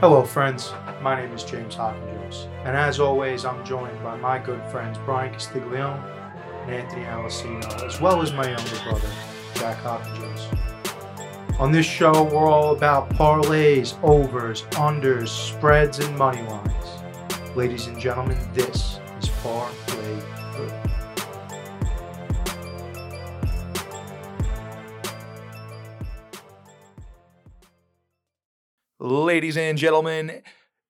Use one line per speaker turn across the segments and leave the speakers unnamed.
Hello, friends. My name is James Hopkins, and as always, I'm joined by my good friends Brian Castiglione and Anthony Alessino, as well as my younger brother, Jack Hopkins. On this show, we're all about parlays, overs, unders, spreads, and money lines. Ladies and gentlemen, this is Parlay Group.
ladies and gentlemen,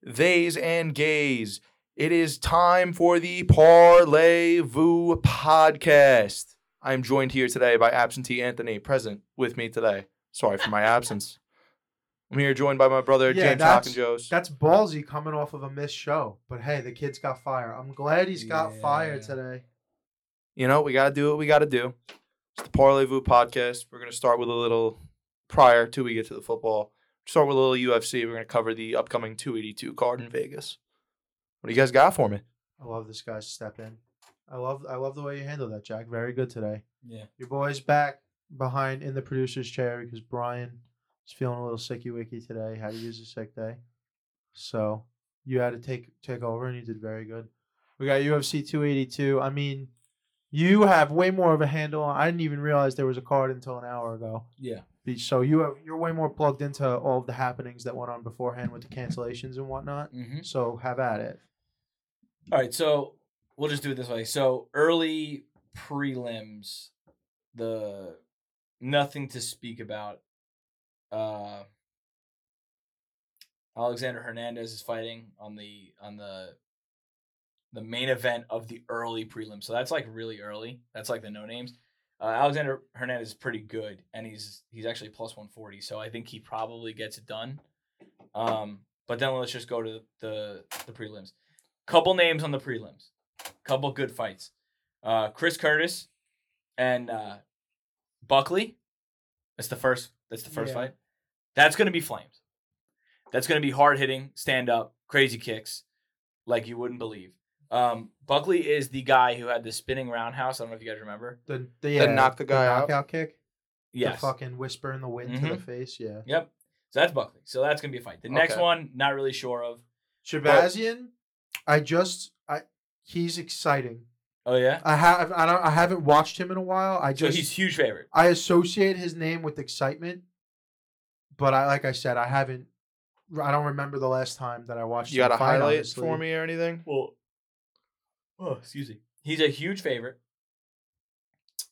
theys and gays. It is time for the Parlay Vu podcast. I am joined here today by absentee Anthony, present with me today. Sorry for my absence. I'm here joined by my brother
Yeah,
James
that's-
Hockenjos.
That's ballsy coming off of a missed show. But hey, the kid's got fire. I'm glad he's got fire
Yeah.
today.
You know, we gotta do what we gotta do. It's the Parlay Vu podcast. We're gonna start with a little prior to we get to the football. Start with a little UFC. We're gonna cover the upcoming 282 card in Vegas. What do you guys got for me?
I love this guy's step in. I love I love the way you handled that, Jack. Very good today.
Yeah.
Your boy's back behind in the producer's chair because Brian is feeling a little sicky wicky today. Had to use a sick day. So you had to take take over and you did very good. We got UFC two eighty two. I mean, you have way more of a handle on I didn't even realize there was a card until an hour ago.
Yeah.
Be- So you have, you're way more plugged into all of the happenings that went on beforehand with the cancellations and whatnot.
Mm-hmm.
So have at it.
All right, so we'll just do it this way. So early prelims, the nothing to speak about. Uh, Alexander Hernandez is fighting on the on the the main event of the early prelims. So that's like really early. That's like the no names. Uh, Alexander Hernandez is pretty good, and he's he's actually plus one forty. So I think he probably gets it done. Um, but then let's just go to the the prelims couple names on the prelims, couple good fights. Uh, Chris Curtis and uh, Buckley. That's the first. That's the first
Yeah.
fight. That's gonna be flames. That's gonna be hard hitting, stand up, crazy kicks, like you wouldn't believe. Um, Buckley is the guy who had the spinning roundhouse. I don't know if you guys remember.
The, the, yeah,
knock the guy out?
knockout kick.
Yes.
The fucking whisper in the wind to the
Mhm.
face. Yeah.
Yep. So that's Buckley. So that's gonna be a fight. The next
Okay.
one, not really sure of.
Shabazian, I just I he's exciting.
Oh yeah.
I have I don't I haven't watched him in a while. I
So
just
he's huge favorite.
I associate his name with excitement, but I like I said I haven't. I don't remember the last time that I watched.
You got
him
a
fight,
highlight
honestly.
for me or anything?
Well, oh, excuse me. He's a huge favorite.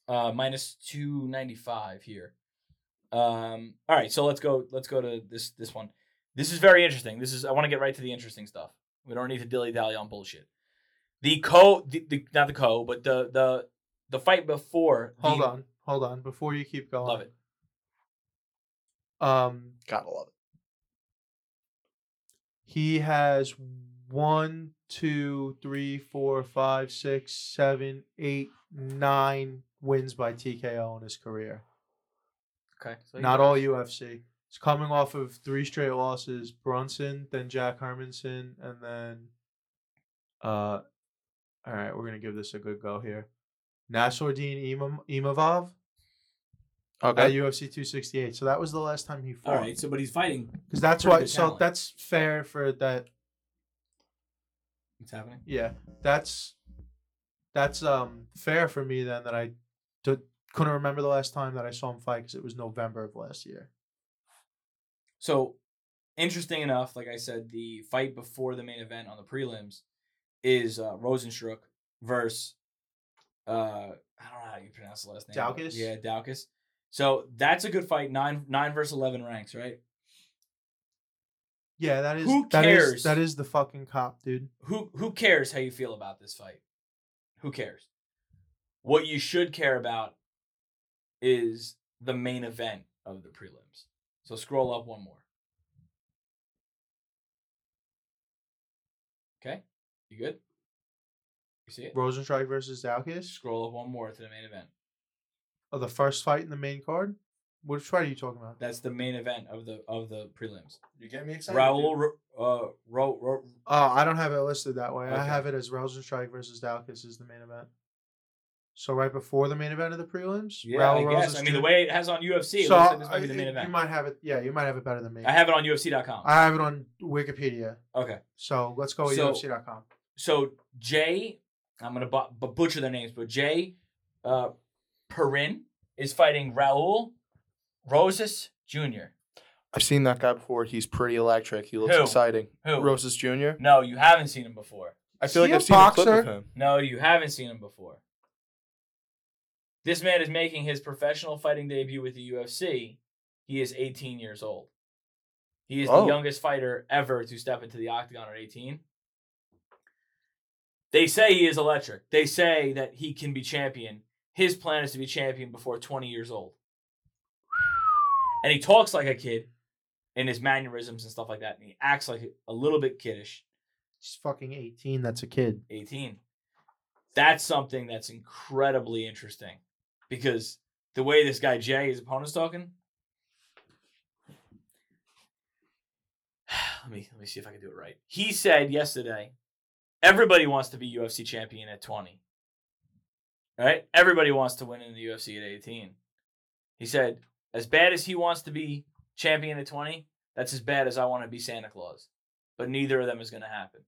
Uh, minus two ninety five here. Um. All right, so let's go. Let's go to this this one. This is very interesting. This is I want to get right to the interesting stuff. We don't need to dilly dally on bullshit. The co, the, the not the co, but the the the fight before.
Hold
the,
on, hold on. Before you keep going,
love it.
Um,
Gotta love it.
He has one, two, three, four, five, six, seven, eight, nine wins by TKO in his career.
Okay, so
Not all UFC. He's coming off of three straight losses: Brunson, then Jack Hermanson, and then. Uh, all right, we're gonna give this a good go here. Nasruddin Imam- Imavov at
Okay.
UFC 268. So that was the last time he fought.
All right, so but he's fighting.
Because that's
Pretty
why.
good
So
talent.
that's fair for that
What's happening?
Yeah, that's that's um fair for me then that I d- couldn't remember the last time that I saw him fight because it was November of last year.
So, interesting enough, like I said, the fight before the main event on the prelims is uh, Rosenstruck versus uh, I don't know how you pronounce the last name. but-
Daukaus?
Yeah, Daukus. So that's a good fight. Nine nine versus eleven ranks, right?
Yeah, that is
Who
that is
cares?
that is the fucking cop, dude.
Who who cares how you feel about this fight? Who cares? What you should care about is the main event of the prelims. So scroll up one more. Okay, you good? You see it?
Rosenstrike versus Dalkis.
Scroll up one more to the main event.
Oh, the first fight in the main card. Which fight are you talking about?
That's the main event of the of the prelims.
You get me
Raul, Ro- uh, Ro, Ro,
Oh, I don't have it listed that way. I
Okay.
have it as Rosenstrike versus Dalkis is the main event. So right before the main event of the prelims,
Yeah,
Raul
I guess.
Rosa
I mean, the
Stewart-
way it has on UFC, it
so
looks like this might be the
I-
main
You
event.
might have it. Yeah, you might have it better than me.
I have it on UFC.com.
I have it on Wikipedia.
okay.
So let's go with
So-
UFC.com.
So Jay, I'm gonna bu- bu- butcher their names, but Jay uh, Perrin is fighting Raul Rosas Jr.
I've seen that guy before. He's pretty electric. He looks
Who?
exciting.
Who?
Rosas Jr.
No, you haven't seen him before.
I
Is
feel like
he a
I've seen a clip
boxer?
of him.
No, you haven't seen him before. This man is making his professional fighting debut with the UFC. He is 18 years old. He is
Oh.
the youngest fighter ever to step into the octagon at 18. They say he is electric. They say that he can be champion. His plan is to be champion before 20 years old. And he talks like a kid in his mannerisms and stuff like that. And he acts like a little bit kiddish.
He's fucking 18. That's a kid.
18. That's something that's incredibly interesting because the way this guy Jay, his opponent's talking. let me let me see if I can do it right. He said yesterday, everybody wants to be UFC champion at 20. Right? Everybody wants to win in the UFC at 18. He said, as bad as he wants to be champion at 20, that's as bad as I want to be Santa Claus. But neither of them is going to happen.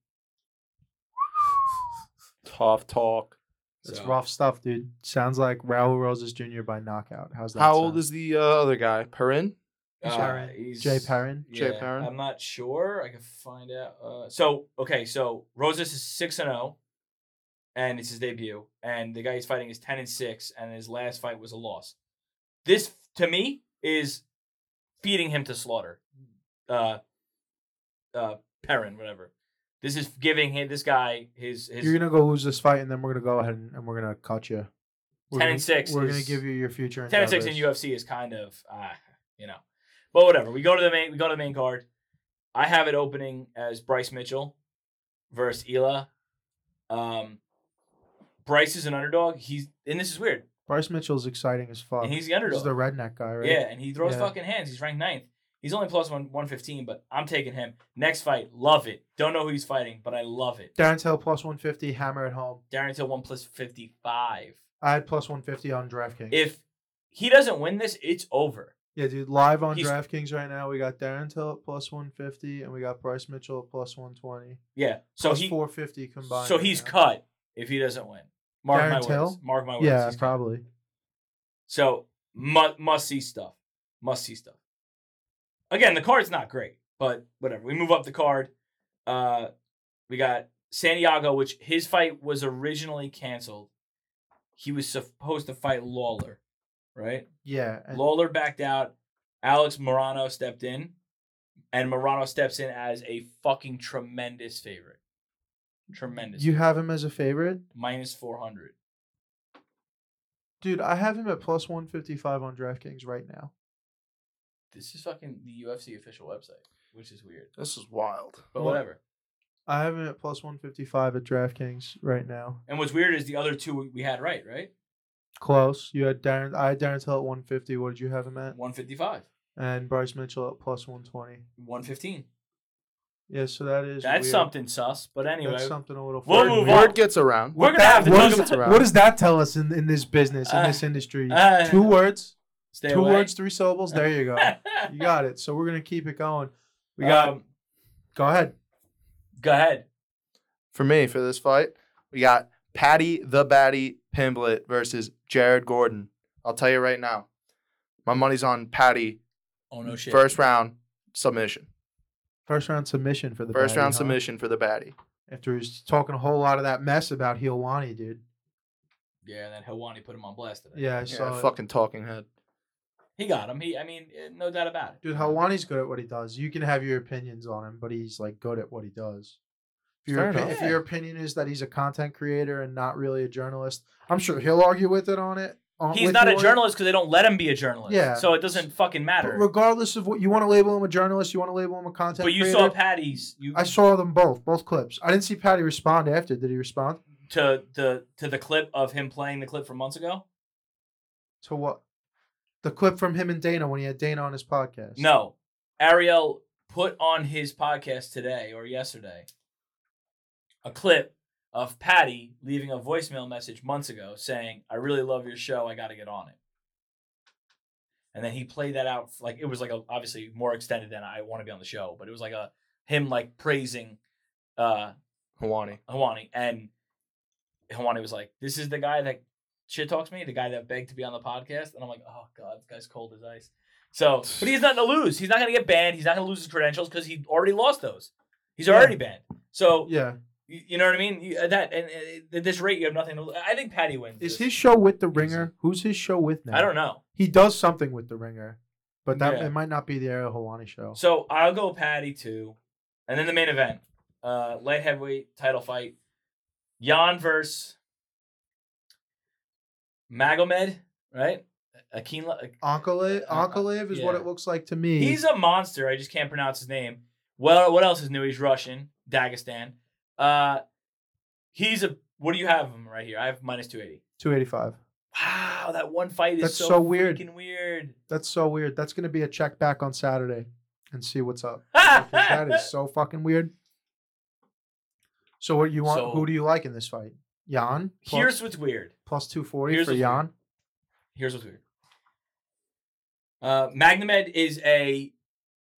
Tough talk.
That's
So-
rough stuff, dude. Sounds like Raul Rosas Jr. by knockout. How's that?
How old
sound?
is the uh, other guy? Perrin?
He's Perrin.
Uh, he's-
Jay Perrin?
Jay
yeah,
Perrin?
I'm not sure. I can find out. Uh, so okay, so Rosas is six and zero, and it's his debut. And the guy he's fighting is ten and six, and his last fight was a loss. This to me is feeding him to slaughter. Uh, uh, Perrin, whatever. This is giving him this guy his his.
You're gonna go lose this fight, and then we're gonna go ahead and, and we're gonna cut you. We're
10
gonna,
and six
We're gonna
is-
give you your future.
ten and six in
endeavors.
UFC is kind of uh, you know, but whatever. We go to the main. We go to the main card. I have it opening as Bryce Mitchell versus Ela. Um, Bryce is an underdog. He's and this is weird.
Bryce Mitchell's exciting as fuck.
And he's the
This
underdog.
is the redneck guy, right?
Yeah, and he throws
Yeah.
fucking hands. He's ranked ninth. He's only plus one one fifteen, but I'm taking him. Next fight, love it. Don't know who he's fighting, but I love it.
Darren Till plus 150, hammer at home.
Darren Till one plus fifty five.
I had plus 150 on DraftKings.
If he doesn't win this, it's over.
yeah, dude, live on
He's-
DraftKings right now. We got Darren Till at plus 150, and we got Bryce Mitchell at plus 120.
Yeah. So
Plus
he
450 combined.
So
right
he's
now.
cut if he doesn't win. Mark
Darren
my words.
Till?
Mark my words.
Yeah,
he's cut.
probably.
So must must see stuff. Must see stuff. Again, the card's not great, but whatever. We move up the card. Uh, we got Santiago, which his fight was originally canceled. He was supposed to fight Lawler, right?
Yeah, and
Lawler backed out. Alex Morano stepped in, and Morano steps in as a fucking tremendous favorite. Tremendous.
you have him as a favorite,
minus four hundred.
dude. I have him at plus 155 on DraftKings right now.
This is fucking the UFC official website, which is weird.
This is wild.
But
Well-
whatever.
I have him at plus 155 at DraftKings right now.
And what's weird is the other two we- we had right, right?
Close. You had Darren. I had Darren Till at 150. What did you have him at?
155,
And Bryce Mitchell at plus 120.
115.
Yeah, so that is.
That's
weird.
something sus. But anyway,
That's something a little.
We'll
fucking
move
weird.
Word gets around.
we're going to have to
What
talk
is-
does,
about
around.
what does that tell us in, in this business, in
Uh,
this industry?
uh,
two words,
stay
two
away.
words, three syllables. There you go. you got it. So we're gonna keep it going. We got.
Um,
go ahead.
go ahead.
For me, for this fight, we got Patty the Batty Pimblett versus Jared Gordon. I'll tell you right now, my money's on Patty.
Oh, no shit.
First round submission.
First round submission for the
First
baddie,
round
huh?
submission for the Batty.
After he's talking a whole lot of that mess about Helwani, dude.
Yeah, and then Helwani put him on blast today.
Yeah, I
Yeah,
saw. it.
fucking talking head.
He got him. He, I mean, eh, no doubt about it.
Dude, Helwani's good at what he does. You can have your opinions on him, but he's like good at what he does. If your,
Fair
opi-
enough.
if your opinion is that he's a content creator and not really a journalist, I'm sure he'll argue with it on it. on-
He's
with
not
you
a
on it.
journalist because they don't let him be a journalist.
Yeah.
So it doesn't fucking
But
matter.
regardless of what you want to label him a journalist, you want to label him a content.
But you
creator,
saw Patty's. You,
I saw them both, both clips. I didn't see Patty respond after. Did he respond
to the to the clip of him playing the clip from months ago.
to what? The clip from him and Dana when he had Dana on his podcast.
No. Ariel put on his podcast today or yesterday a clip of Patty leaving a voicemail message months ago saying, I really love your show. I got to get on it. And then he played that out. Like, it was like a, obviously more extended than I want to be on the show, but it was like a, him like praising, uh,
Hawani.
Hawani, and Hawani was like, "This is the guy that shit talks me, the guy that begged to be on the podcast." And I'm like, "Oh god, this guy's cold as ice." So, but he's nothing to lose. He's not gonna get banned. He's not gonna lose his credentials because he already lost those. He's already banned. So,
Yeah.
you, you know what I mean? You, at that and uh, at this rate, you have nothing to. lo- I think Patty wins.
Is
this.
his show with The Ringer? Who's his show with now?
I don't know.
He does something with The Ringer, but that
Yeah.
it might not be the Ariel Helwani show.
So I'll go Patty too, and then the main event, uh, light heavyweight title fight, Jan versus Magomed, right? Akinla.
Ankalev,
Uh,
Ankalev is what
yeah.
it looks like to me.
He's a monster. I just can't pronounce his name. Well, what else is new? He's Russian, Dagestan. Uh, he's a. What do you have him right here? I have minus two eighty.
285.
Wow, that one fight is
That's
so,
so weird.
freaking weird.
That's so weird. That's going to be a check back on Saturday and see what's up. Because that is
I
so fucking weird. So what you want?
So-
who do you like in this fight? Jan plus,
Here's what's weird.
plus 240
here's
for
what's
Jan.
Here's what's weird. Uh, Magnamed is a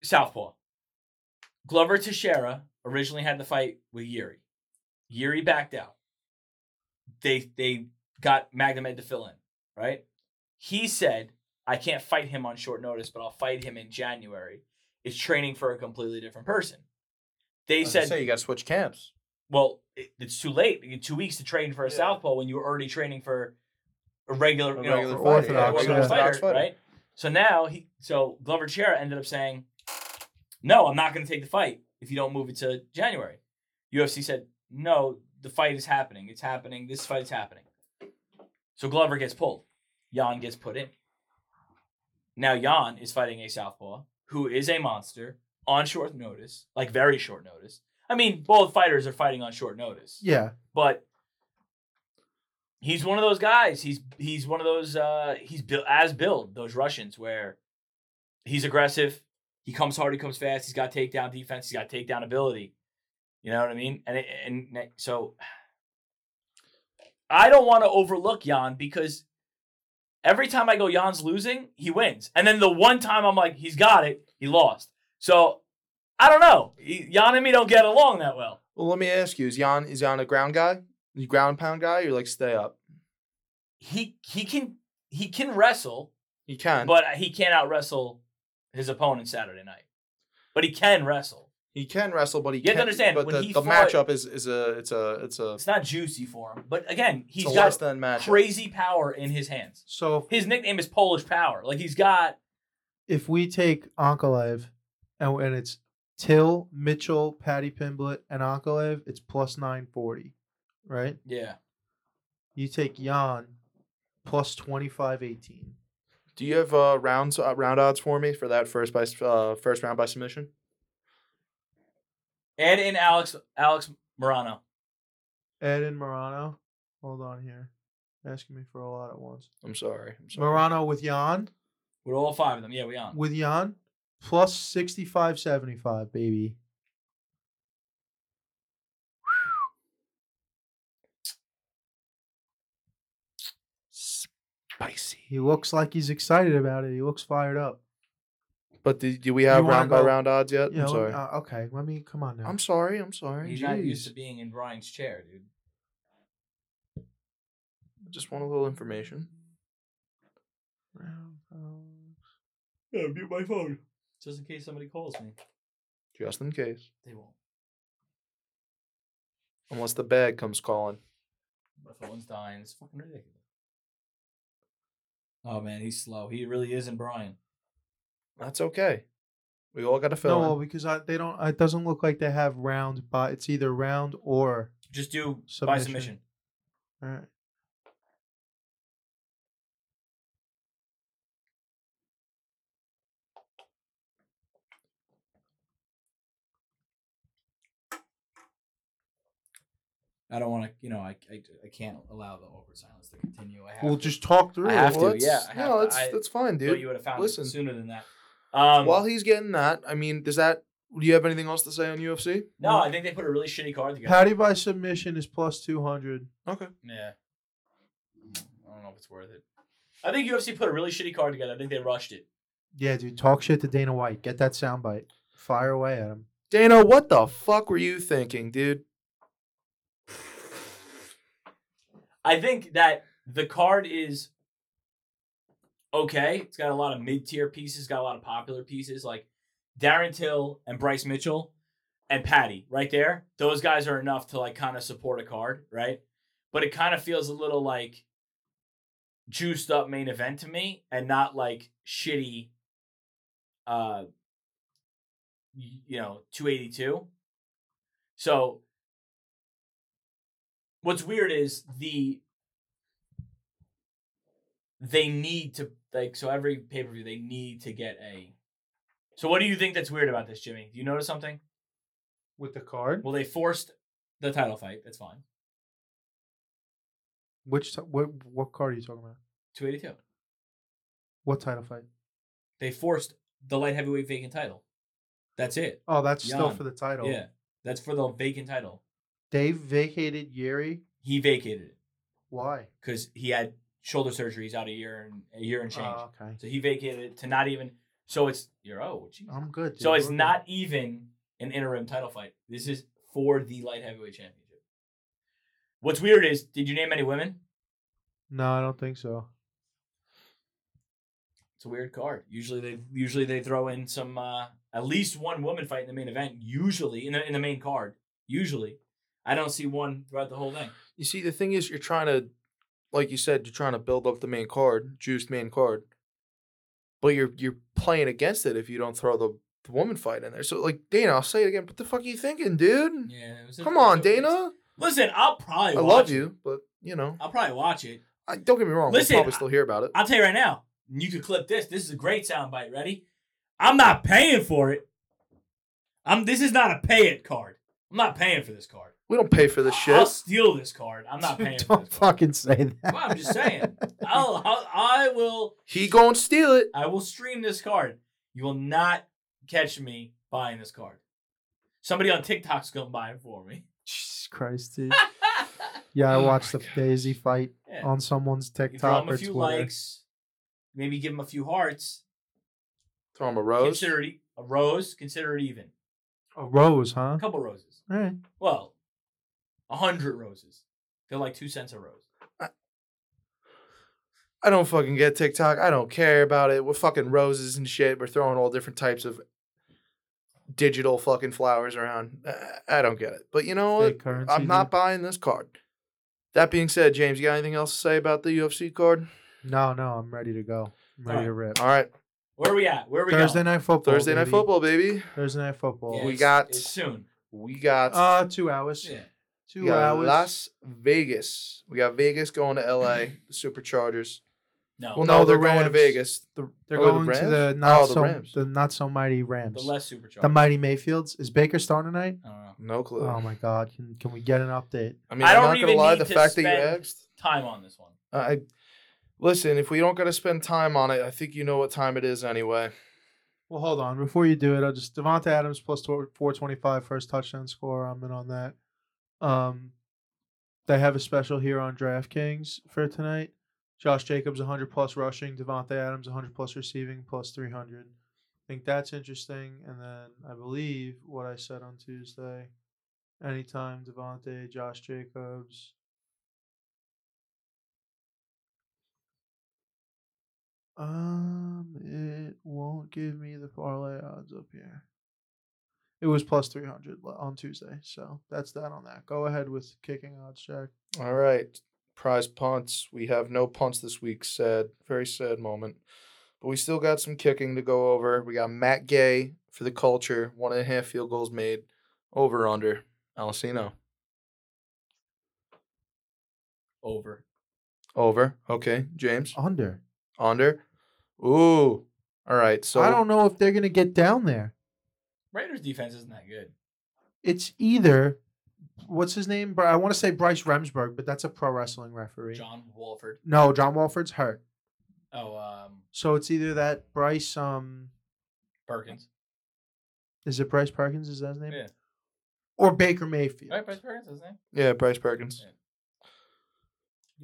southpaw. Glover Teixeira originally had the fight with Yuri. Yuri backed out. They they got Magnamed to fill in, right? He said, "I can't fight him on short notice, but I'll fight him in January." It's training for a completely different person. They
He
said,
said you got to switch camps.
well, it, it's too late. You get two weeks to train for a
Yeah.
southpaw when you were already training for a regular,
A
you know,
regular
for
fighter,
orthodox,
yeah.
orthodox
Orthodox
fighter,
fighter.
right? So now he, so Glover Chera ended up saying, "No, I'm not going to take the fight if you don't move it to January." UFC said, "No, the fight is happening. It's happening. This fight is happening." So Glover gets pulled. Jan gets put in. Now Jan is fighting a southpaw who is a monster on short notice, like very short notice. I mean, both fighters are fighting on short notice
Yeah.
but he's one of those guys. He's he's one of those uh he's built as build those Russians where he's aggressive, he comes hard, he comes fast, he's got takedown defense, he's got takedown ability. You know what I mean? And it, and it- so I don't want to overlook Jan because every time I go Jan's losing, he wins. And then the one time I'm like he's got it, he lost. So I don't know. He- Jan and me don't get along that well.
Well, let me ask you: Is Jan is Jan a ground guy? You ground pound guy? You're like stay up.
he he can he can wrestle,
You can,
but he can't out wrestle his opponent Saturday night. But he can wrestle.
he can wrestle, but he
You have to
can't-
understand,
But
when
the,
he
the
fought-
matchup is is a it's a it's a
It's not juicy for him, but again,
it's
he's
a less
got
than matchup.
crazy power in his hands.
So
His nickname is Polish Power. Like he's got
if, if we take Ankalev and, and it's Till, Mitchell, Patty Pimblett, and Ankalev, it's plus 940, right?
yeah.
You take Jan plus 2518.
Do you have uh, rounds uh, round odds for me for that first by s- uh, first round by submission?
Ed and Alex Alex Morano.
Ed and Morano. Hold on here. Asking me for a lot at once.
I'm sorry. I'm sorry.
Morano with Jan.
With all five of them. Yeah, we on.
With Jan. Plus 65.75, baby.
Spicy.
He looks like he's excited about it. He looks fired up.
But do, do we have
wanna
round by
go-
round odds yet?
Yeah,
I'm
let me-
sorry.
uh, okay, let me come on now.
I'm sorry. I'm sorry.
He's not used
Jeez.
to being in Brian's chair, dude.
Just want a little information.
Yeah, mute my phone. Just in case somebody calls me.
Just in case.
They won't.
Unless the bag comes calling.
My phone's dying. It's fucking ridiculous. Oh man, he's slow. He really isn't Brian.
That's okay. We all got to
no,
fill
well,
in.
because I, they don't. It doesn't look like they have round, but it's either round or.
Just do by
Submission.
submission.
All right.
I don't want to, you know, I, I, I can't allow the awkward silence to continue. I have
We'll
to.
just talk through.
I
it.
have
Well,
to,
that's-
yeah, I have
no,
to.
that's
I
that's fine,
Thought
dude.
you would have found
listen.
it sooner than that. Um,
While he's getting that, I mean, does that Do you have anything else to say on UFC?
No, I think they put a really shitty card together.
Patty by submission is plus 200.
Okay.
Yeah. I don't know if it's worth it. I think UFC put a really shitty card together. I think they rushed it.
Yeah, dude, talk shit to Dana White. Get that soundbite. Fire away at him.
Dana, what the fuck were you thinking, dude?
I think that the card is okay. It's got a lot of mid tier pieces, got a lot of popular pieces like Darren Till and Bryce Mitchell and Patty right there. Those guys are enough to like kind of support a card, right? But it kind of feels a little like juiced up main event to me and not like shitty uh y- you know 282 so what's weird is the they need to like so every pay per view they need to get a. So what do you think that's weird about this, Jimmy? Do you notice something?
With the card?
Well, they forced the title fight. That's fine.
Which t- what what card are you talking about?
Two eighty two.
What title fight?
They forced the light heavyweight vacant title. That's it.
Oh, that's still
Jan.
for the title.
Yeah, that's for the vacant title.
They vacated Yuri.
He vacated it
Why?
because he had shoulder surgery. He's out a year and a year and change.
Oh, okay.
so he vacated it to not even. So it's you're oh jeez.
I'm good. Dude.
So it's
We're good.
not even an interim title fight. This is for the light heavyweight championship. What's weird is, did you name any women?
No, I don't think so.
It's a weird card. Usually they usually they throw in some uh, at least one woman fight in the main event. Usually in the in the main card. Usually, I don't see one throughout the whole thing.
You see, the thing is, you're trying to, like you said, you're trying to build up the main card, juiced main card, but you're you're playing against it if you don't throw the, the woman fight in there. So, like Dana, I'll say it again. What the fuck are you thinking, dude?
Yeah. It was
Come on, Dana.
Listen, I'll probably.
I
watch
love
it.
you, but you know,
I'll probably watch it.
I, don't get me wrong.
Listen,
we'll probably
I-
still hear about it.
I'll tell you right now. and You can clip this. This is a great soundbite. Ready? I'm not paying for it. I'm. This is not a pay it card. I'm not paying for this card.
we don't pay for this shit.
I'll steal this card. I'm not paying for
Don't
this card.
fucking say that.
Well, I'm just saying. I'll, I'll, I will.
he gonna steal it.
I will stream this card. You will not catch me buying this card. Somebody on TikTok's gonna buy it for me.
Jesus Christ, dude. Yeah, I
Oh
watched the
my God.
Daisy fight
Yeah.
on someone's
you throw
TikTok
him a
or
few
Twitter.
likes, maybe give him a few hearts.
Throw him a rose.
Consider it e- a rose. Consider it even.
Oh,
A rose, huh?
A couple roses.
All right.
Well, a hundred roses. They're like two cents a rose.
I don't fucking get TikTok. I don't care about it. We're fucking roses and shit. We're throwing all different types of digital fucking flowers around. I, I don't get it. But you know what?
Fake currency,
I'm not buying this card. That being said, James, you got anything else to say about the UFC card?
dude. No, no, I'm ready to go. I'm ready
All
to rip.
All right.
Where are we at? Where are we
Thursday
going?
night football.
Thursday night
baby.
football, baby.
Thursday night football.
Yeah,
We
it's-
got-
it's soon.
We got,
Uh, two hours.
Yeah.
Two
we got
hours.
Las Vegas. We got Vegas going to LA, the Superchargers.
No.
Well, no,
No, the
they're going to
Rams.
Vegas. The-
They're
oh, the
going to
Rams?
the not
Oh, the
so
Rams.
the not so mighty Rams.
the
The,
less supercharged.
mighty Mayfields. Is Baker starting tonight?
I don't know.
no clue.
Oh my God! Can can we get an update?
I mean,
I
I
don't
am not going
even
to lie.
need
The
to
fact that you
spend-
asked.
Time on this one.
I listen. If we don't got to spend time on it, I think you know what time it is anyway.
Well, hold on. Before you do it, I'll just Devonta Adams plus tw- 425 first touchdown score. I'm in on that. Um, they have a special here on DraftKings for tonight. Josh Jacobs 100 plus rushing, Devonta Adams 100 plus receiving plus 300. I think that's interesting. And then I believe what I said on Tuesday. Anytime Devontae, Josh Jacobs. Um, it won't give me the parlay odds up here. It was plus 300 l- on Tuesday, so that's that on that. Go ahead with kicking odds, Jack.
All right, prize punts. We have no punts this week. Sad, very sad moment. But we still got some kicking to go over. We got Matt Gay for the culture. One and a half field goals made. Over under. Alcino.
Over.
Over. Okay, James.
Under.
Under. Ooh. All right. So
Oh. I don't know if they're going to get down there.
Raiders defense isn't that good.
It's either, what's his name? Bri- I want to say Bryce Remsburg, but that's a pro wrestling referee.
John Walford.
No, John Walford's hurt.
Oh, um,
So it's either that Bryce, um,
Perkins.
Is it Bryce Perkins? Is that his name?
Yeah.
Or Baker Mayfield.
Right, Bryce Perkins, his name.
Yeah, Bryce Perkins.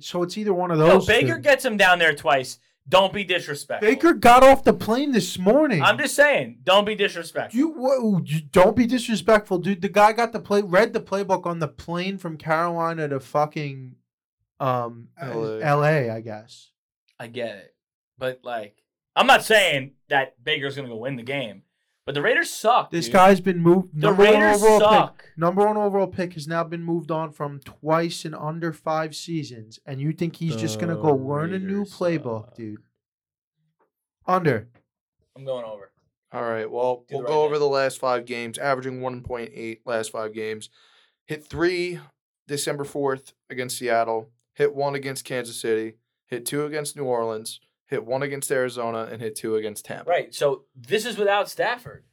So it's either one of
No,
those.
Baker
two.
gets him down there twice. Don't be disrespectful.
Baker got off the plane this morning.
I'm just saying, don't be disrespectful.
You, whoa, you don't be disrespectful, dude. The guy got the play, read the playbook on the plane from Carolina to fucking um
LA.
L.A. I guess.
I get it, but like
I'm not saying that Baker's gonna go win the game, but the Raiders suck.
This
dude.
guy's been moved.
the
Number one
Raiders
overall pick.
suck.
Number one overall pick has now been moved on from twice in under five seasons, and you think he's just gonna go
The
learn a new
Raiders
playbook,
suck.
dude? Under.
I'm going over.
All right. Well,
Do the
we'll
right
go over
thing.
the last five games, averaging 1.8 last five games. Hit three December 4th against Seattle, hit one against Kansas City, hit two against New Orleans, hit one against Arizona, and hit two against Tampa.
Right. So this is without Stafford.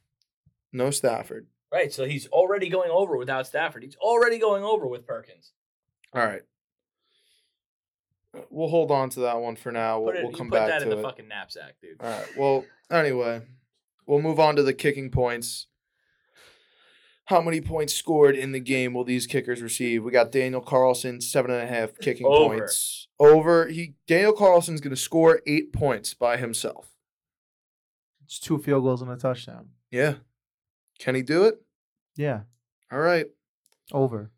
No Stafford.
Right. So he's already going over without Stafford. He's already going over with Perkins.
All right. We'll hold on to that one for now. We'll,
Put it,
we'll
you
come
put
back
that
to
in
it.
the fucking knapsack, dude.
All right. Well, anyway, we'll move on to the kicking points. How many points scored in the game will these kickers receive? We got Daniel Carlson, seven and a half kicking
Over.
points. Over. He Daniel Carlson's gonna score eight points by himself.
It's two field goals and a touchdown.
Yeah. Can he do it?
Yeah.
All right.
Over.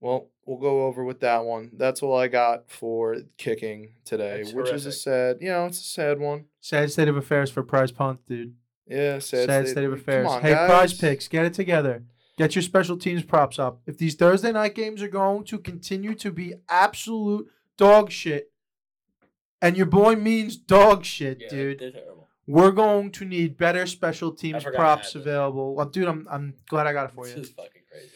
Well, we'll go over with that one. That's all I got for kicking today,
That's
which is a
horrific.
sad, you know, it's a sad one.
Sad state of affairs for Prize Punt, dude.
Yeah, sad,
Sad, state of
Come
affairs.
on,
hey, prize
guys.
picks, get it together. Get your special teams props up. If these Thursday night games are going to continue to be absolute dog shit, and your boy means dog shit,
Yeah,
dude,
they're terrible.
we're going to need better special teams
forgot I
props
had that.
available. Well, dude, I'm I'm glad I got it for
This
you.
is fucking crazy.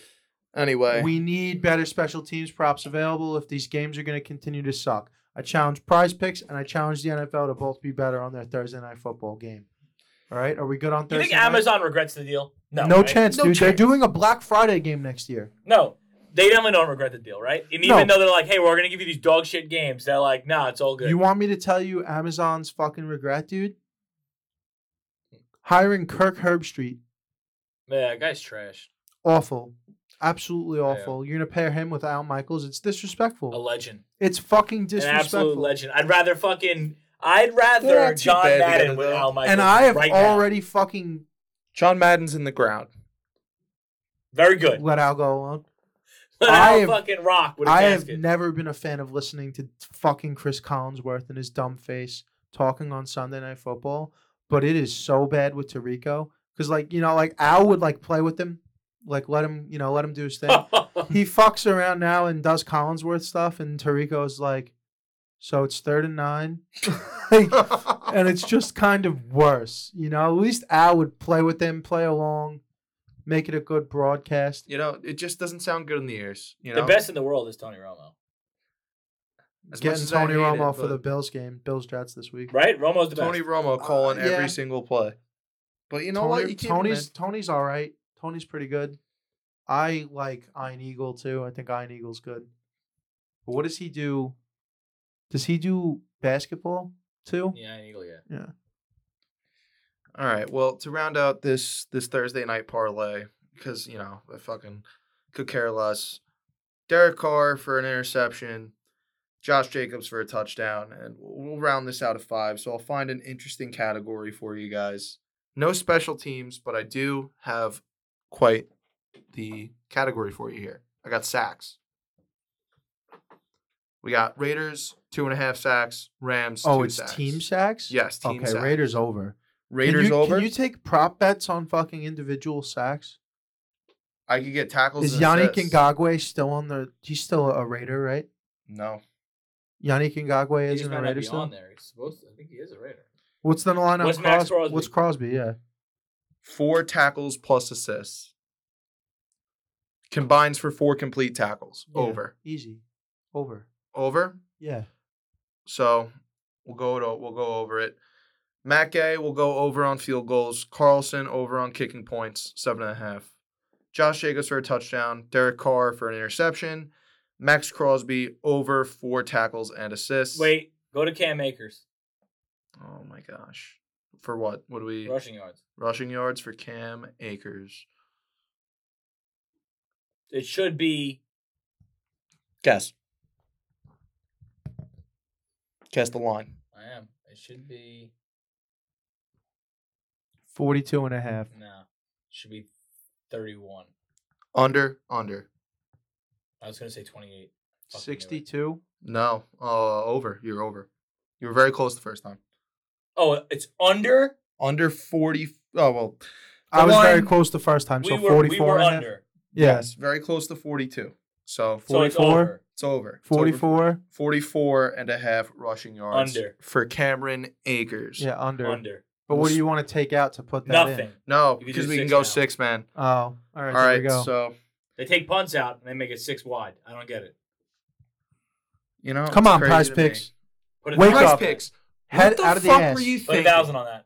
Anyway.
We need better special teams props available if these games are going to continue to suck. I challenge prize picks and I challenge the NFL to both be better on their Thursday night football game. All right, are we good on
You
Thursday?
think
night?
Amazon regrets the deal? No.
No,
right?
chance,
No
dude. They're
chance.
doing a Black Friday game next year.
No. They definitely don't regret the deal, right? And
No.
even though they're like, "Hey, we're gonna give you these dog shit games," they're like, "Nah, it's all good."
You want me to tell you Amazon's fucking regret, dude? Hiring Kirk Herbstreit,
Yeah, that guy's trash.
awful, absolutely awful. You're gonna pair him with Al Michaels? It's
A
disrespectful.
legend.
It's fucking
An absolute
disrespectful.
legend. I'd rather fucking. I'd
They're
rather
not too
John
bad
Madden
together,
with
though.
Al Michaels.
And I have
right now.
already fucking
John Madden's in the ground.
very good.
let Al go alone.
Let
I
Al
have-
fucking rock with a
I have
basket.
never been a fan of listening to fucking Chris Collinsworth and his dumb face talking on Sunday Night Football, but it is so bad with Tarico because, like, you know, like Al would like play with him, like let him, you know, let him do his thing. he fucks around now and does Collinsworth stuff, and Tarico's like, so it's third and nine. Like, and it's just kind of worse, you know. At least Al would play with them, play along, make it a good broadcast.
You know, it just doesn't sound good in the ears. You know,
the best in the world is Tony Romo,
As much
Getting
as I
Tony
hate it,
Romo for
but
the Bills game, Bills Jets this week.
right? Romo's the
Tony
best.
Romo calling
Uh, yeah.
every single play. But you know
Tony-
what? You can't
Tony's Tony's all right. Tony's pretty good. I like Iron Eagle too. I think Iron Eagle's good. But what does he do? Does he do basketball too?
Yeah, an Eagle. Yeah.
All right. Well, to round out this this Thursday night parlay, because you know I fucking could care less. Derek Carr for an interception, Josh Jacobs for a touchdown, and we'll round this out at five. So I'll find an interesting category for you guys. No special teams, but I do have quite the category for you here. I got sacks. We got Raiders two and a half sacks, Rams.
Oh,
two
it's
sacks.
team sacks.
Yes, team
okay,
sacks.
Raiders over. Can
Raiders
you-
over.
Can you take prop bets on fucking individual sacks?
I could get tackles.
Is
and
Yannick
assists.
Ngakwe still on the? He's still a Raider, right?
No.
Yannick Ngakwe
He
isn't
just
a
might not
Raider
be
still.
on there. He's supposed to. I think he is a Raider.
What's the line on
What's Max
Crosby?
Crosby?
What's Crosby? Yeah.
Four tackles plus assists. Combines for four complete tackles.
Yeah.
Over.
Easy. Over.
Over.
Yeah.
So we'll go to we'll go over it. Matt Gay will go over on field goals. Carlson over on kicking points, seven and a half. Josh Jacobs for a touchdown. Derek Carr for an interception. Max Crosby over four tackles and assists.
Wait, go to Cam Akers.
Oh my gosh. for what? What do we
Rushing yards.
rushing yards for Cam Akers?
It should be
Guess. Guess the line.
I am. It should be
42 and a half.
no. It should be thirty-one.
Under. Under.
I was gonna say twenty-eight. Fucking knew it.
62.
No. Uh, over. You're over. You were very close the first time.
Oh, it's under.
Under forty. Oh well.
I was very
line-
close the first time,
We
so
were
44
we were
and a half.
under.
Yes.
very close to forty-two. So
So it's
44?
over.
it's over. It's over.
44.
44 and a half rushing yards
Under.
for Cameron Akers.
Yeah, under.
Under.
But what do you want to take out to put that
Nothing.
in?
No,
You could
because
do
we can
six
go
now.
six, man.
Oh, all right.
All
there
right,
we go.
so
They take punts out and they make it six wide. I don't get it.
you know,
Come
it's
on,
crazy
Prize
to
Picks.
Put a
Wake
Prize
thousand
up.
on that.
picks.
Head
what the
out of the
fuck
ass.
were you
Put a
thinking?
thousand on that.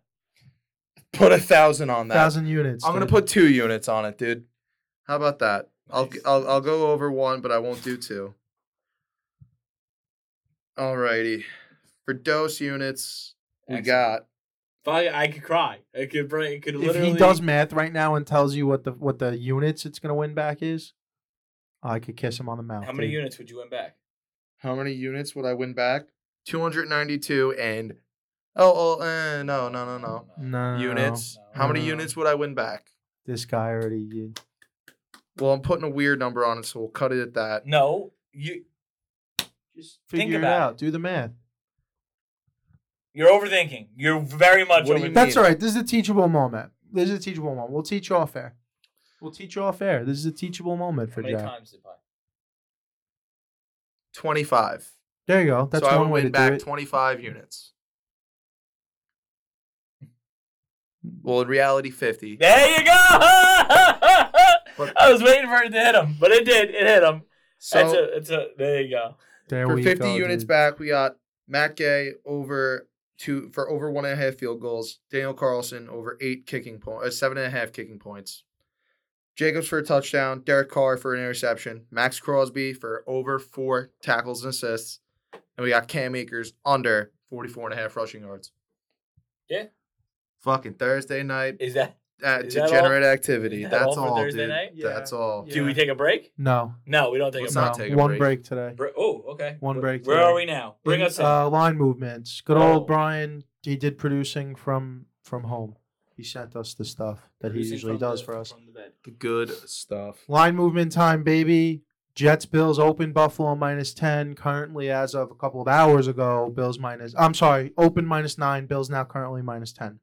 Put a thousand on that.
thousand units.
I'm gonna
dude.
put two units on it, dude. How about that? I'll
Nice.
I'll I'll go over one, but I won't do two. Alrighty, for dose units, we
Excellent.
got
Fuck, I could cry. It could. br- It could
If
literally.
he does math right now and tells you what the what the units it's gonna win back is, Oh, I could kiss him on the mouth.
How many
dude.
units would you win back?
how many units would I win back? Two hundred ninety-two and oh oh eh, no no no no.
No,
units.
No.
How many
No.
units would I win back?
This guy already.
Well, I'm putting a weird number on it, so we'll cut it at that.
No, you
Just
Think
figure it
about
out.
it.
Do the math.
You're overthinking. You're very much
What do you
overthinking.
That's
mean?
all right. This is a teachable moment. This is a teachable moment. We'll teach you off air. We'll teach you off air. This is a teachable moment
how
for
many
Jack.
times did I?
25.
There you go. That's
so I would
one way
win
to
back
do it.
25 units.
Mm.
Well, in reality, 50.
There you go.
But-
I was waiting for it to hit him, but it did. It hit him. That's
So
a, it's a, there you go.
There
for
we
50
go,
units
dude.
back, we got Matt Gay over two for over one and a half field goals. Daniel Carlson over eight kicking points, uh, seven and a half kicking points. Jacobs for a touchdown. Derek Carr for an interception. Max Crosby for over four tackles and assists. And we got Cam Akers under 44 and a half rushing yards.
Yeah.
Fucking Thursday night
Is that,
uh,
Is that all?
degenerate activity.
Is that
That's
all
all,
for Thursday
dude.
night?
Yeah.
That's all.
Yeah.
do we take a break?
No,
No, we don't take
Let's
a break.
not
no.
take a
one
break.
today.
Br- oh, okay.
One
Wh-
break
Where
today.
are we now? Bring us in.
uh, line movements. Good
Oh.
old Brian. He did producing from from home. He sent us the stuff that he
Producing
usually
from
does
the-
for us.
from the bed.
Good stuff.
Line movement time, baby. Jets, Bills open Buffalo minus 10. Currently, as of a couple of hours ago, Bills minus, I'm sorry, open minus 9. Bills now currently minus 10.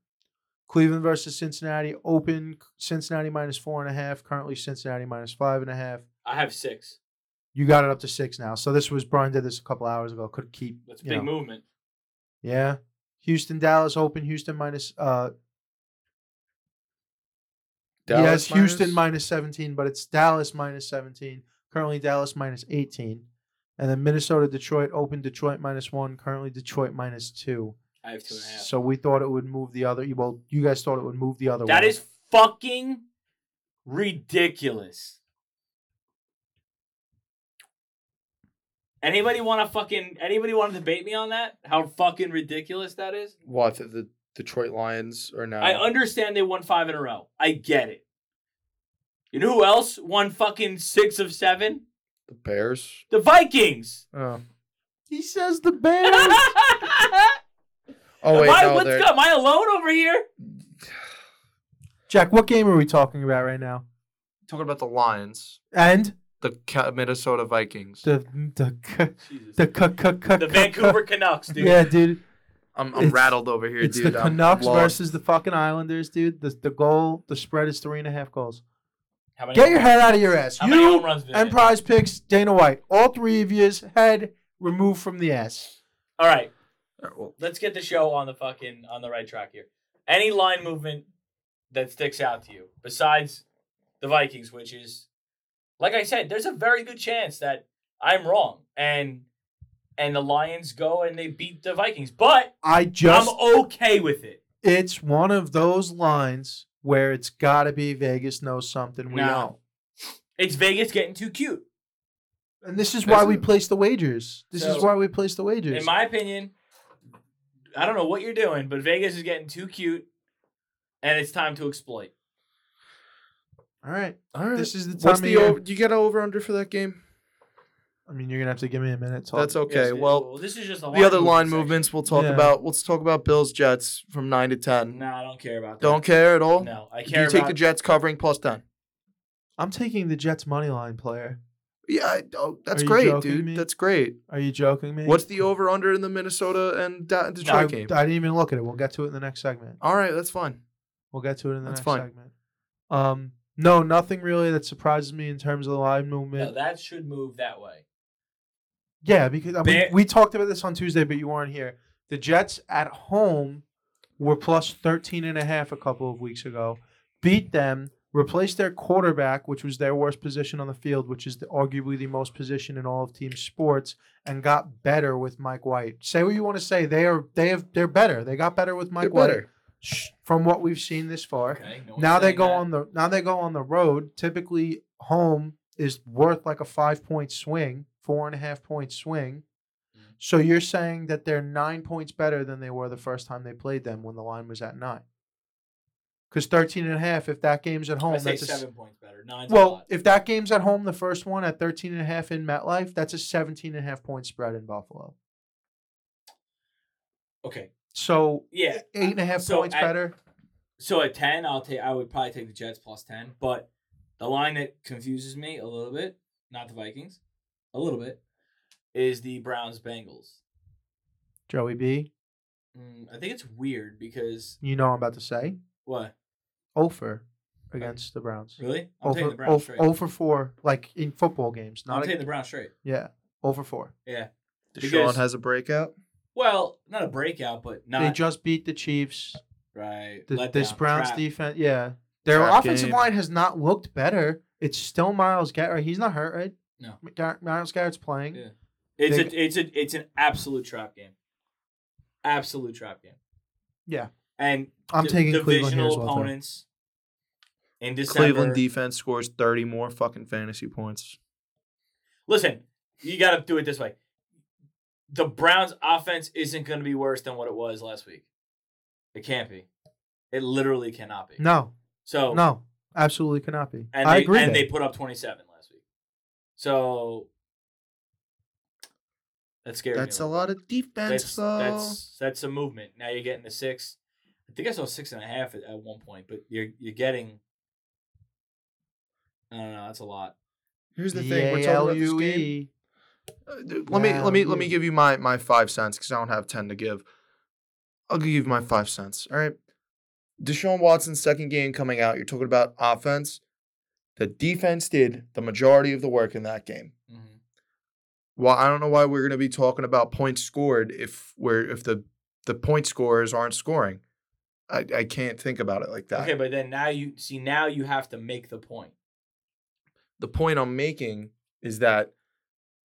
Cleveland versus Cincinnati, open Cincinnati minus 4.5. Currently, Cincinnati minus 5.5.
I have six.
You got it up to 6 now. So this was, Brian did this a couple hours ago. Could keep,
That's a
you
big
know.
movement.
Yeah. Houston, Dallas open. Houston minus, uh, yes, Houston minus 17, but it's Dallas minus 17. Currently, Dallas minus 18. And then Minnesota, Detroit, open Detroit minus one. Currently, Detroit minus two.
I have two and a half.
So we thought it would move the other. Well, you guys thought it would move the other
That
way.
is fucking ridiculous. Anybody want to fucking, anybody want to debate me on that? How fucking ridiculous that is?
What the, the Detroit Lions are
Uh,
now?
I understand they won five in a row. I get it. You know who else won fucking six of seven?
the Bears.
The Vikings.
Oh,
He says the Bears.
Am
oh wait,
I,
no,
what's
they're-
good? Am I alone over here?
Jack, what game are we talking about right now?
talking about the Lions,
And
the Ca- Minnesota Vikings.
the the c-
Jesus.
the c- c- c-
The
c-
Vancouver Canucks,
c-
dude.
Yeah, dude.
I'm, I'm
it's-
rattled over here,
It's
dude.
the
I'm
Canucks
lost.
versus the fucking Islanders, dude. The the goal, the spread is three and a half goals.
How many?
Get your head out of your ass.
How many
You
home runs did they
and
hit?
prize picks, Dana White. All three of yous head removed from the ass.
All right,
All right, well,
let's get the show on the fucking on the right track here. Any line movement that sticks out to you besides the Vikings, which is, like I said, there's a very good chance that I'm wrong and and the Lions go and they beat the Vikings, but
I just
I'm okay with it.
it's one of those lines where it's gotta be Vegas knows something we
No. It's Vegas getting too cute.
don't. And this is
This
why we
is-
place the wagers. This is
So-
why we place the wagers.
In my opinion, I don't know what you're doing, but Vegas is getting too cute, and it's time to exploit.
All right.
All right.
This is the time
What's
of
the
year.
over, you get over under for that game?
I mean, you're going to have to give me a minute. to talk.
That's okay.
Yes,
well,
this is just a
the other line
movement
movements we'll talk
Yeah.
about. Let's talk about Bills Jets from nine to
section.
ten.
No, I don't care about that.
Don't care at all.
No, I
Do
care
you take
about
the Jets covering plus ten.
I'm taking the Jets money line player.
Yeah, I, oh, that's
Are you
great,
joking
dude.
me?
That's great.
Are you joking me?
What's the over under in the Minnesota and Da- Detroit
I, I
game?
didn't even look at it. We'll get to it in the next segment.
all right, that's fine.
We'll get to it in the
That's
next
fine.
segment. Um, no, nothing really that surprises me in terms of the line
No,
movement.
that should move that way.
yeah, because I mean,
Bear-
we talked about this on Tuesday, but you weren't here. The Jets at home were plus 13 and a half a couple of weeks ago, beat them, replaced their quarterback, which was their worst position on the field, which is the, arguably the most position in all of team sports, and got better with Mike White. Say what you want to say. They are they have they're better. They got better with Mike
They're
White
better.
sh- from what we've seen this far.
Okay. no one's
now they
saying
go
that.
on the now they go on the road. Typically, home is worth like a five point swing, four and a half point swing.
Mm-hmm.
So you're saying that they're nine points better than they were the first time they played them when the line was at nine. Because 13 and a half, if that game's at home,
I say
that's a s-
seven points better. Nine's a
well,
lot.
if that game's at home, the first one at 13 and a half in MetLife, that's a 17 and a half point spread in Buffalo.
okay.
So
Yeah.
eight and a half
So
points
at-
better.
So at ten, I'll take. I would probably take the Jets plus ten. But the line that confuses me a little bit, not the Vikings, a little bit, is the Browns Bengals.
Joey B,
Mm, I think it's weird because
you know what I'm about to say.
what
Ofer against the Browns.
really? I'm
Over,
taking the Browns straight.
Oh, for four, like in football games,
I'm
not
taking
a,
the Browns straight.
yeah, over four.
Deshaun
Because-
has a breakout.
Well, not a breakout, but not
They just beat the Chiefs.
right.
The,
let
this
down,
Browns
crap.
defense, yeah, their
Crap
offensive
game.
line has not looked better. It's still Miles Garrett. He's not hurt, right?
No.
Gar- Miles Garrett's playing.
Yeah. It's
Think-
a, it's a, it's an absolute trap game. Absolute trap game.
Yeah.
And
I'm
di-
taking Cleveland here
divisional
as well. Tony.
opponents in December.
Cleveland defense scores thirty more fucking fantasy points.
Listen, you got to do it this way. The Browns' offense isn't going to be worse than what it was last week. It can't be. It literally cannot be.
No,
So
no, absolutely cannot be.
Oh. and
I
they,
agree.
And
there.
they put up 27 last week. So that's scary.
That's a lot of defense,
that's
though.
that's that's a movement. Now you're getting the six. I think I saw six and a half at, at one point, but you're you're getting. I don't know. That's a lot.
Here's the thing: we're talking about this game.
B-A-L-U-E.
Uh, dude, Let me let me let me
Value.
give you my my five cents because I don't have ten to give. I'll give you my five cents. All right. Deshaun Watson's second game coming out. You're talking about offense. The defense did the majority of the work in that game.
Mm-hmm.
Well, I don't know why we're going to be talking about points scored if we're if the the point scorers aren't scoring. I, I can't think about it like that.
Okay, but then now you see now you have to make the point.
the point I'm making is that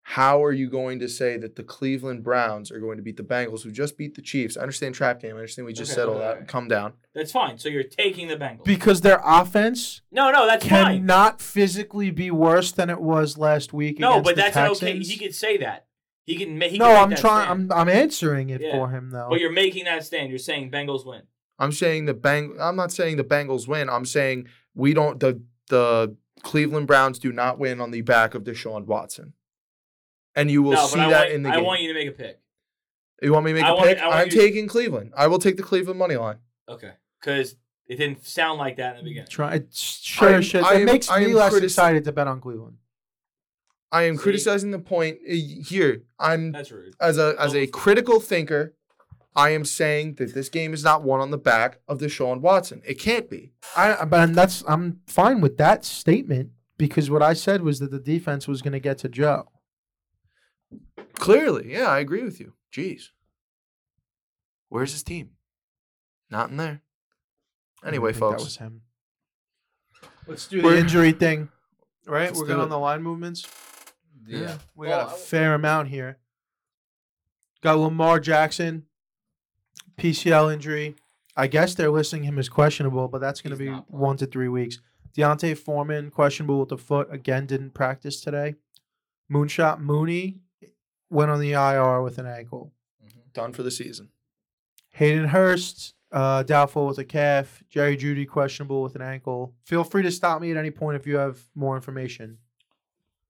how are you going to say that the Cleveland Browns are going to beat the Bengals, who just beat the Chiefs? I understand trap game. I understand we just
Okay,
said all
okay,
that.
okay.
Come down.
That's fine. So you're taking the Bengals.
because their offense
no, no, that's fine.
cannot physically be worse than it was last week.
No,
against
but
the
that's
Texans.
okay. He could say that. He can make.
no, I'm trying. I'm I'm answering it
Yeah.
for him though.
But you're making that stand. You're saying Bengals win.
I'm saying the bang. I'm not saying the Bengals win. I'm saying we don't. The the Cleveland Browns do not win on the back of Deshaun Watson, and you will
no,
see
but I
that
want,
in the
I
game.
want you to make a pick.
you want me to make
I
a
want-
pick?
I want
I'm
you-
taking Cleveland. I will take the Cleveland money line.
Okay, because it didn't sound like that in the beginning.
Try it's sure
I'm-
shit.
I
That
am-
makes
I
me
am
less
critic-
excited to bet on Cleveland.
I am
See? Uh,
criticizing the point uh, here. I'm
That's rude.
as a as a
Almost.
critical thinker, I am saying that this game is not won on the back of Deshaun Watson. It can't be.
I but that's I'm fine with that statement because what I said was that the defense was going to get to Joe.
Clearly, yeah, I agree with you. Jeez. Where's his team? Not in there.
I
Anyway,
think
folks.
that was him.
Let's do
The
We're-
injury thing, right?
Let's
We're
do
good
it.
on the line movements.
Yeah.
We
Well,
got a
I-
fair amount here. Got Lamar Jackson, PCL injury. I guess they're listing him as questionable, but that's going to
He's
be
not playing.
one to three weeks. Deontay Foreman, questionable with the foot, again didn't practice today. Moonshot Mooney went on the IR with an ankle.
Done for the season.
Hayden Hurst, uh, doubtful with a calf. Jerry Judy, questionable with an ankle. Feel free to stop me at any point if you have more information.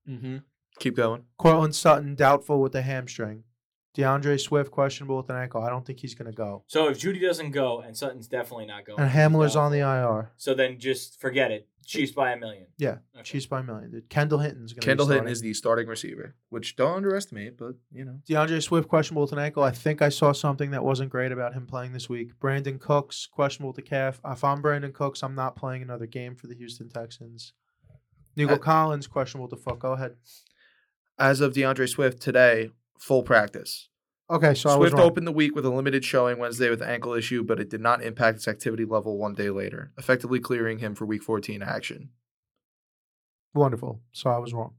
Mm-hmm. Keep going.
Cortland Sutton, doubtful with a hamstring. DeAndre Swift, questionable with an ankle. I don't think he's going to go.
So if Judy doesn't go, and Sutton's definitely not going,
And
he's
Hamler's
down.
on the IR.
So then just forget it. Chiefs by a million.
Yeah,
Okay.
Chiefs by a million. Dude, Kendall Hinton's going to
Kendall
be
Hinton is
starting.
the starting receiver, which don't underestimate, but you know.
DeAndre Swift, questionable with an ankle. I think I saw something that wasn't great about him playing this week. Brandon Cooks, questionable with a calf. If I'm Brandon Cooks, I'm not playing another game for the Houston Texans. Nico
Uh,
Collins, questionable with the foot. Go ahead.
As of DeAndre Swift today, full practice.
Okay, so I was
Swift
wrong.
opened the week with a limited showing Wednesday with ankle issue, but it did not impact his activity level one day later, effectively clearing him for week 14 action.
Wonderful. So I was wrong.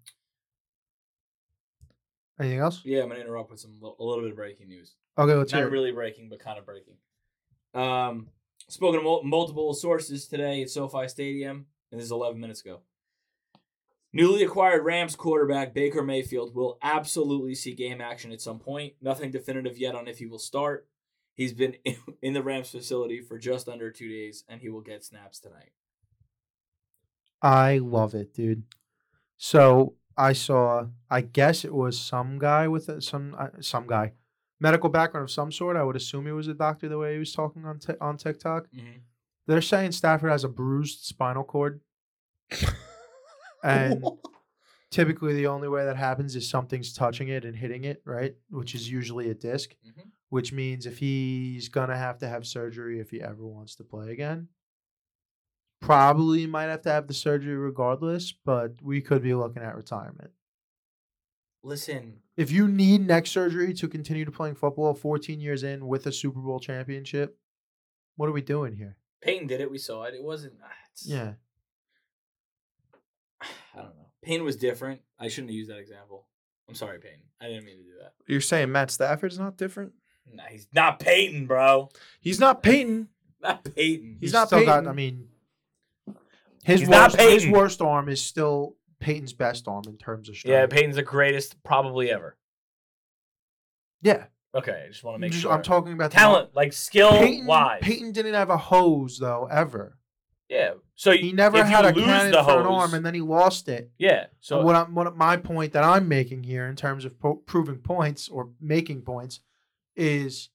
Anything else?
Yeah, I'm gonna interrupt with some li- a little bit of breaking news.
Okay, let's hear
not
it.
really breaking, but kind of breaking. Um, spoken to mul- multiple sources today at SoFi Stadium, and this is 11 minutes ago. Newly acquired Rams quarterback Baker Mayfield will absolutely see game action at some point. Nothing definitive yet on if he will start. He's been in the Rams facility for just under two days, and he will get snaps tonight.
I love it, dude. So I saw, I guess it was some guy with a, some uh, some guy, medical background of some sort. I would assume he was a doctor the way he was talking on t- on TikTok. They're saying Stafford has a bruised spinal cord, and typically the only way that happens is something's touching it and hitting it, right? Which is usually a disk,
Mhm.
which means if he's gonna have to have surgery if he ever wants to play again. Probably might have to have the surgery regardless, but we could be looking at retirement.
Listen,
If you need neck surgery to continue to playing football 14 years in with a Super Bowl championship, what are we doing here?
Peyton did it. We saw it. It wasn't. ah, it's-
Yeah.
I don't know. Payne was different. I shouldn't have used that example. I'm sorry, Payne. I didn't mean to do that.
You're saying Matt Stafford's not different?
Nah, he's not Peyton, bro.
He's not Peyton.
Not Peyton.
He's not
still got
Peyton.
I mean his
He's not
worst, his
Peyton.
worst arm is still Peyton's best arm in terms of strength.
Yeah, Peyton's the greatest probably ever.
yeah.
Okay, I just want to make
Just-
sure.
I'm talking about the-
talent, like skill
Peyton,
wise.
Peyton didn't have a hose though ever.
Yeah. So
He never
if
had
you
a
lose
cannon
the
for an
hose-
arm, and then he lost it.
yeah. So
So what I'm, what my point that I'm making here in terms of pro- proving points or making points is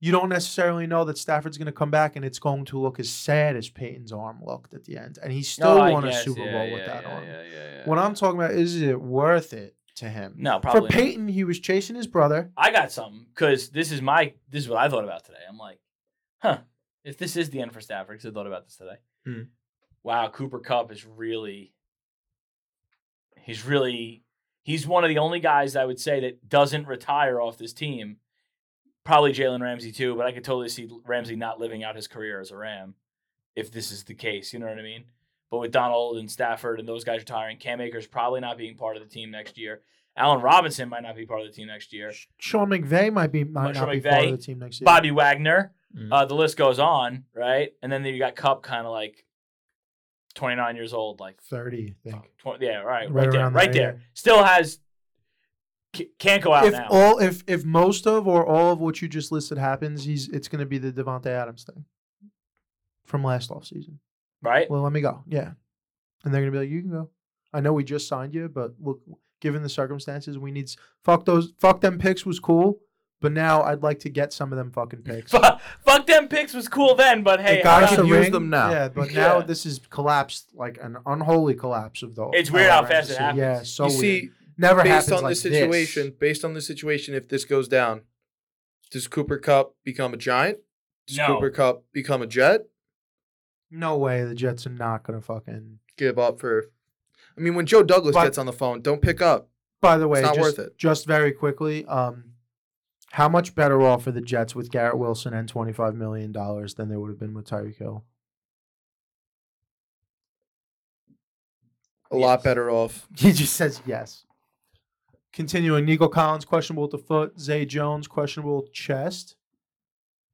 you don't necessarily know that Stafford's going to come back and it's going to look as sad as Peyton's arm looked at the end, and he still
No, Oh, I
won a
guess,
Super Bowl
yeah,
with
yeah,
that
yeah,
arm.
yeah, yeah, yeah,
what I'm
yeah.
talking about is, is it worth it to him?
no probably
For
not.
Peyton, he was chasing his brother.
I got something because this is my this is what I thought about today. I'm like, huh, if this is the end for Stafford, because I thought about this today.
Hmm.
Wow, Cooper Cup is really, he's really, he's one of the only guys I would say that doesn't retire off this team. Probably Jalen Ramsey too, but I could totally see Ramsey not living out his career as a Ram if this is the case. You know what I mean? But with Donald and Stafford and those guys retiring, Cam Akers probably not being part of the team next year. Allen Robinson might not be part of the team next year.
Sean McVay might be might
Sean
not be part
McVay,
of the team next year.
Bobby Wagner.
Mm-hmm.
Mhm.
Uh, the list goes on, right? And then you got Cup, kind of like twenty nine years old, like
thirty, I think.
20, yeah, right, right,
Right
there,
around
right
there,
there. Still has c- can't go out
if
now.
all if if most of or all of what you just listed happens, he's it's going to be the Devonte Adams thing from last offseason.
right?
Well, let me go. Yeah, and they're going to be like, you can go. I know we just signed you, but look, given the circumstances, we need s- fuck those fuck them picks was cool, but now I'd like to get some of them fucking picks.
Fuck, fuck them picks was cool then, but hey,
It got
how
us
about-
a
Use
ring.
them now.
Yeah, but now
Yeah.
this is collapsed like an unholy collapse of the.
It's weird how fast it
Yeah,
happens.
so
you
weird.
see,
never
based
happens
on
like
the situation, based on the situation, if this goes down, does Cooper Cup become a giant? Does
No.
Cooper Cup become a jet?
No way, the Jets are not going to fucking.
Give up for. I mean, when Joe Douglas
But-
gets on the phone, don't pick up.
By the way,
It's not
just,
worth it.
just very quickly, um, how much better off are the Jets with Garrett Wilson and twenty five million dollars than they would have been with Tyreek Hill?
A lot better off.
He just says yes. Continuing, Nico Collins questionable with the foot, Zay Jones questionable with chest,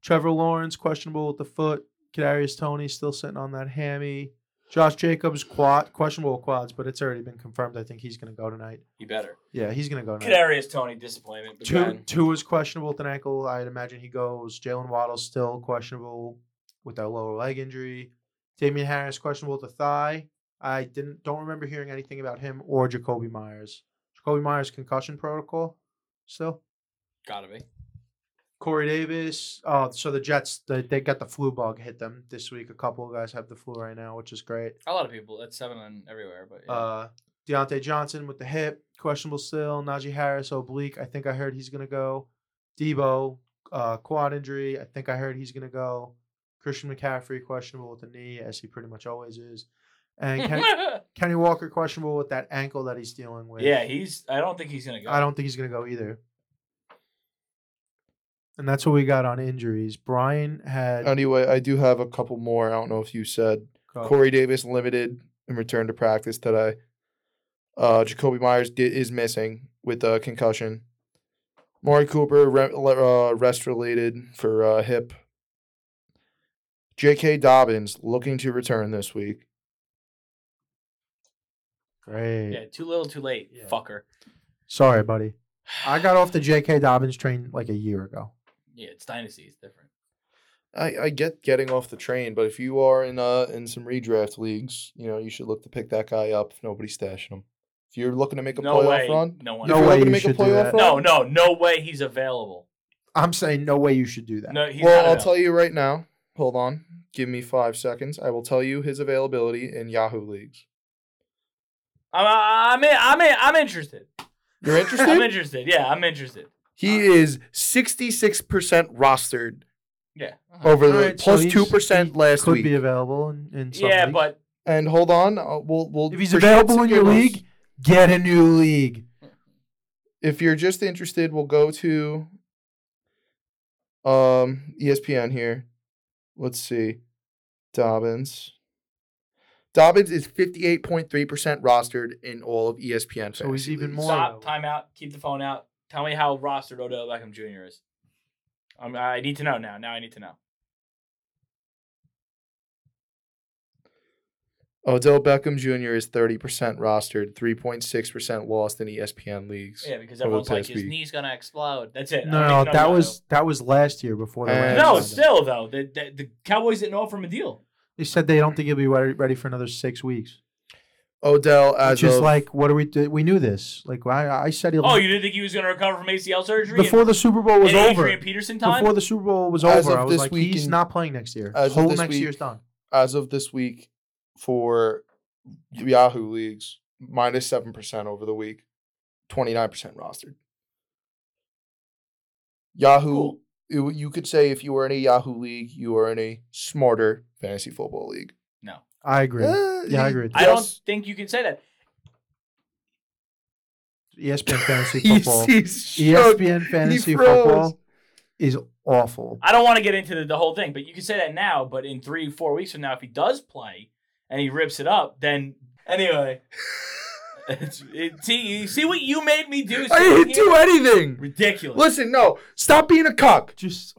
Trevor Lawrence questionable with the foot, Kadarius Tony still sitting on that hammy, Josh Jacobs quad questionable quads, but it's already been confirmed. I think he's going to go tonight.
You better.
Yeah, he's going to go tonight.
Kadarius Tony disappointment. But
Two
then
two is questionable with an ankle. I'd imagine he goes. Jalen Waddle's still questionable with that lower leg injury. Damian Harris questionable with a thigh. I didn't don't remember hearing anything about him or Jacoby Myers. Jacoby Myers concussion protocol still.
Gotta be.
Corey Davis. Oh, so the Jets they, they got the flu bug hit them this week. A couple of guys have the flu right now, which is great.
A lot of people. That's seven on everywhere, but yeah.
Uh, Deontay Johnson with the hip, questionable still. Najee Harris oblique. I think I heard he's gonna go. Debo uh, quad injury. I think I heard he's gonna go. Christian McCaffrey questionable with the knee, as he pretty much always is. And Ken, Kenny Walker questionable with that ankle that he's dealing with.
yeah, he's. I don't think he's gonna go.
I don't think he's going to go either. And that's what we got on injuries. Brian had
Anyway, I do have a couple more. I don't know if you said
Go.
Corey Davis limited and returned to practice today. Uh, Jacoby Myers did, is missing with a concussion. Mari Cooper re- le- uh, rest related for uh, hip. J.K. Dobbins looking to return this week.
Great.
Yeah, too little, too late.
Yeah.
Fucker.
Sorry, buddy. I got off the J.K. Dobbins train like a year ago.
Yeah, it's dynasty. It's different.
I, I get getting off the train, but if you are in uh in some redraft leagues, you know you should look to pick that guy up if nobody's stashing him. If you're looking to make a
no
playoff
way.
run,
No one.
If
No
you're
way
looking
you
to make a
should do
playoff
that.
run,
No, no, no way. He's available.
I'm saying no way you should do that.
No, he's
well,
not
I'll
available.
tell you right now. Hold on. Give me five seconds. I will tell you his availability in Yahoo leagues.
I'm I'm in, I'm in, I'm interested.
You're
I'm
interested?
interested. Yeah, I'm interested.
he is 66% rostered
Yeah. Uh-huh.
over
All
the
right, so he's-
2%
he
last
could
week.
be available in, in some
yeah,
leagues.
but
and hold on. Uh, we'll, we'll,
if he's
for
available in
shits and
your
giggles,
league, get a new league.
if you're just interested, we'll go to um ESPN here. Let's see. Dobbins. Dobbins is 58.3% rostered in all of E ESPN.
So he's
fantasy
even
leagues.
more
Stop.
though.
Time out. Keep the phone out.
tell me how rostered Odell Beckham Jr. is. Um, I need to know now. Now I need to know.
Odell Beckham Jr. is 30% rostered, 3.6% lost in E ESPN leagues.
Yeah, because
Over the
everyone's like,
past
his
week.
knee's gonna explode.
That's it. I need
No,
to know
no,
now.
that was that was last year before the Rams
And-
no.
signed him.
Still though, the, the the Cowboys didn't offer him a deal.
They said they don't think he'll be re- ready for another six weeks.
Odell as
Which is
of-
like, what do we do? We knew this. Like, I, I said he'll
Oh, you didn't think he was gonna recover from ACL surgery and-
before the Super Bowl was
and
over.
Adrian Peterson time.
Before the Super Bowl was
As
over,
of
I was
this
like,
week
he's
in-
not playing next year.
as of
Whole
this
next
week-
year's done.
as of this week for Yahoo leagues, minus 7% over the week, 29% rostered. Yahoo,
Cool.
you- you could say if you were in a Yahoo league, you are in a smarter fantasy football league.
I agree.
Eh,
Yeah, I agree with
I don't
yes.
think you can say that.
ESPN fantasy
He's-
football. E
he's shook.
ESPN fantasy
froze.
football is awful.
I don't want to get into the, the whole thing, but you can say that now. But in three, four weeks from now, if he does play and he rips it up, then anyway. It's- it- see, you see what you made me do.
I
sitting
didn't
here?
do anything.
Ridiculous.
Listen, no, stop being a cuck.
Just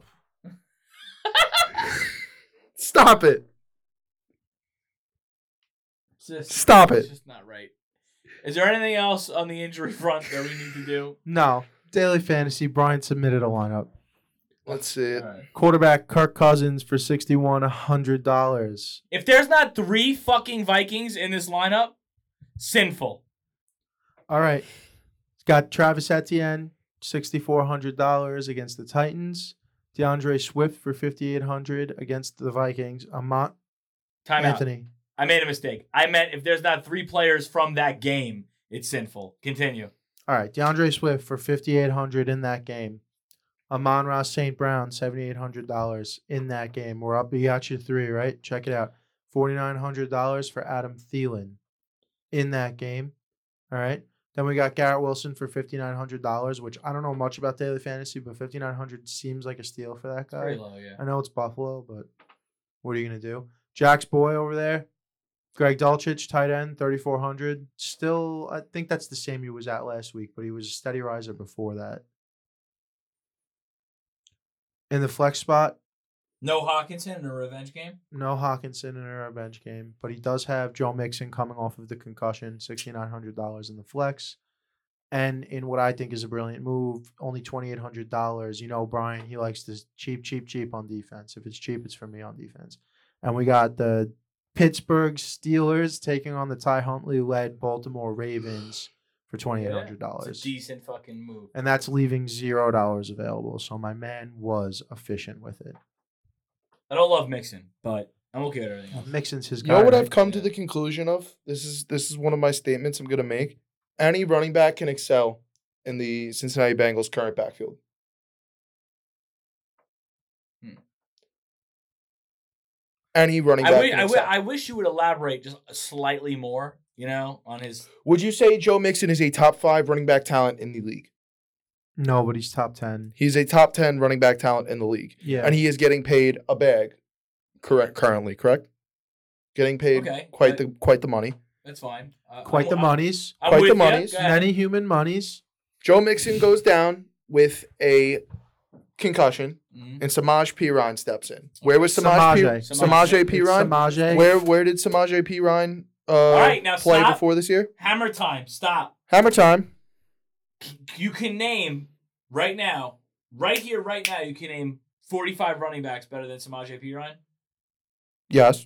Stop it.
It's just-
Stop
It's
it.
just not right.
Is there anything else on the injury front that we need to do?
no daily fantasy. Brian submitted a lineup.
Let's see it.
Alright.
Quarterback Kirk Cousins for sixty one hundred dollars.
If there's not three fucking Vikings in this lineup, sinful.
All right. It's got Travis Etienne, $6,400 against the Titans. DeAndre Swift for 5800 against the Vikings. Amont
Time out.
Anthony.
I made a mistake. I meant if there's not three players from that game, it's sinful. Continue.
All right. DeAndre Swift for 5800 in that game. Amon Ross St. Brown, $7,800 in that game. We're up. We got you three, right? Check it out. $4,900 for Adam Thielen in that game. All right. Then we got Garrett Wilson for $5,900, which I don't know much about daily fantasy, but 5900 seems like a steal for that guy.
Very low, yeah.
I know it's Buffalo, but what are you gonna do? Jack's boy over there, Greg Dulcich, tight end, thirty four hundred. Still, I think that's the same he was at last week, but he was a steady riser before that. In the flex spot,
No Hawkinson in a revenge game.
No Hawkinson in a revenge game, but he does have Joe Mixon coming off of the concussion, $6,900 in the flex. And in what I think is a brilliant move, only $2,800. You know, Brian, he likes this cheap, cheap, cheap on defense. If it's cheap, it's for me on defense. And we got the Pittsburgh Steelers taking on the Ty Huntley led Baltimore Ravens for $2,800.
It's a decent fucking move.
and that's leaving $0 available. So my man was efficient with it.
I don't love Mixon, but I'm okay with everything. else.
Mixon's his
You
guy.
know what
right?
I've come to the conclusion of? This is this is one of my statements I'm gonna make. Any running back can excel in the Cincinnati Bengals current backfield.
Hmm.
Any running
I,
back.
wi-
can
I, wi-
excel.
I wish you would elaborate just slightly more, you know, on his.
Would you say Joe Mixon is a top five running back talent in the league?
No, but he's top 10.
He's a top ten running back talent in the league,
Yeah.
and he is getting paid a bag, correct? Currently, correct? Getting paid
Okay,
quite
but-
the quite the money.
That's fine. Uh,
Quite
I'm-
the
I'm-
monies.
I'm
Quite
with
the
ya.
monies.
Go ahead.
Many human monies.
Joe Mixon goes down with a concussion,
Mhm.
and Samaj P Ryan steps in. Where was Samaj P
Samaje.
Samaj, P Ryan?
Samaje.
Where where did Samaj P Ryan uh,
right, now
play
stop.
before this year?
Hammer time. Stop.
Hammer time.
You can name right now, right here, right now. You can name 45 running backs better than Samaje Perine.
Yes.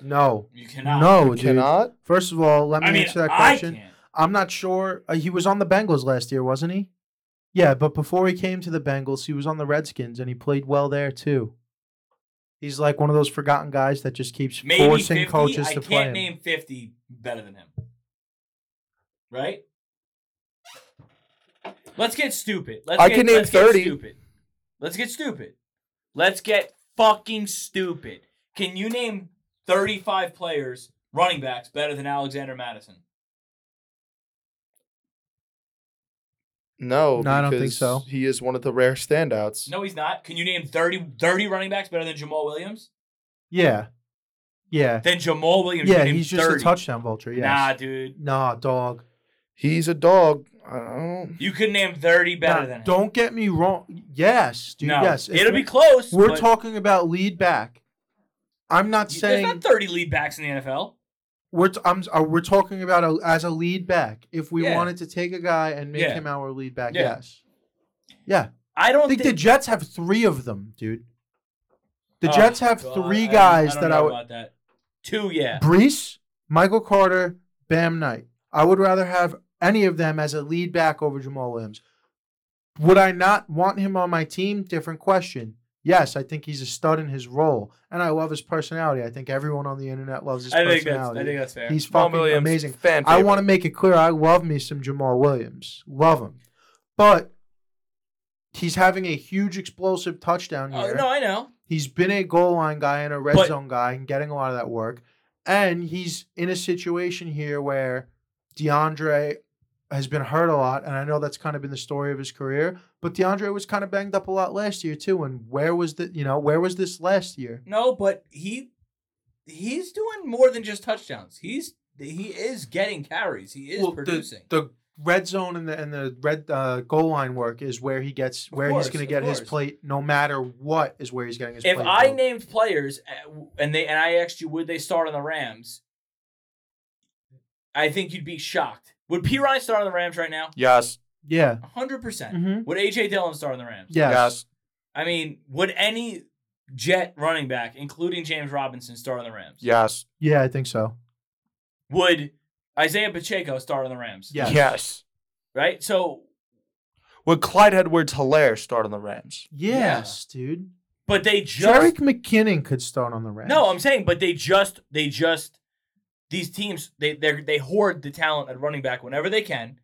No.
You cannot.
No, Oh, dude.
Cannot.
First of all, let me
I mean,
answer that
I
question.
can't.
I'm not sure. Uh, he was on the Bengals last year, wasn't he? Yeah, but before he came to the Bengals, he was on the Redskins and he played well there too. He's like one of those forgotten guys that just keeps
Maybe
forcing
50.
coaches
I
to play.
can't
him.
name 50 better than him. Right? Let's get stupid. Let's
I
get,
can name
let's get
30.
stupid. Let's get stupid. Let's get fucking stupid. Can you name 35 players, running backs, better than Alexander Madison?
No.
No, I don't think
because
so.
He is one of the rare standouts.
No, he's not. Can you name 30, 30 running backs better than Jamal Williams?
Yeah. Yeah.
Then Jamal Williams. you
Yeah,
named
he's just
30.
a touchdown vulture. Yes.
Nah, dude.
Nah, dog.
He's a dog. I don't.
You could name 30 better
Nah,
than him.
don't get me wrong. Yes, dude.
no,
Yes. If
it'll
we-
be close.
We're
but-
talking about lead back. I'm not
You-
saying
There's not 30 lead backs in the NFL.
we're t- I'm, uh, we're talking about a, as a lead back. If we
Yeah.
wanted to take a guy and make
Yeah.
him our lead back,
Yeah.
yes, yeah.
I
I
don't
think
think,
the Jets have three of them, dude. The
Oh,
Jets have
God,
three
I-
guys
I don't
that
know
I would:
about that. Two, yeah.
Brees, Michael Carter, Bam Knight. I would rather have any of them as a lead back over Jamal Williams. Would I not want him on my team? Different question. Yes, I think he's a stud in his role, and I love his personality. I think everyone on the internet loves his
I think that's
personality.
I think that's fair.
He's
Jamal
fucking
Williams,
amazing.
Fan
I
favorite.
want to make it clear I love me some Jamal Williams. Love him. But he's having a huge explosive touchdown
oh,
year.
no, I know.
He's been a goal line guy and a red
But-
zone guy and getting a lot of that work. And he's in a situation here where DeAndre has been hurt a lot. And I know that's kind of been the story of his career. But DeAndre was kind of banged up a lot last year too. And where was the you know, where was this last year?
No, but he he's doing more than just touchdowns. He's he is getting carries. He is
Well, the-
producing.
The, red zone and the and the red uh, goal line work is where he gets where
course,
he's going
of
to get his
course.
plate. No matter what, is where he's getting his
if
plate.
I
from.
named players uh, and they and I asked you would they start on the Rams, I think you'd be shocked. Would P Ryan start on the Rams right now?
Yes.
yeah,
100%. percent
Mhm.
Would AJ Dillon start on the Rams?
yes,
yes.
I mean, would any Jet running back, including James Robinson, start on the Rams?
Yes.
yeah, I think so.
Would Isaiah Pacheco start on the Rams?
Yes,
Yes.
Right? So,
Would Clyde Edwards Hilaire start on the Rams?
yes, dude.
but they just.
Jarek McKinnon could start on the Rams.
no, I'm saying, but they just, they just, these teams, they they they hoard the talent at running back whenever they can.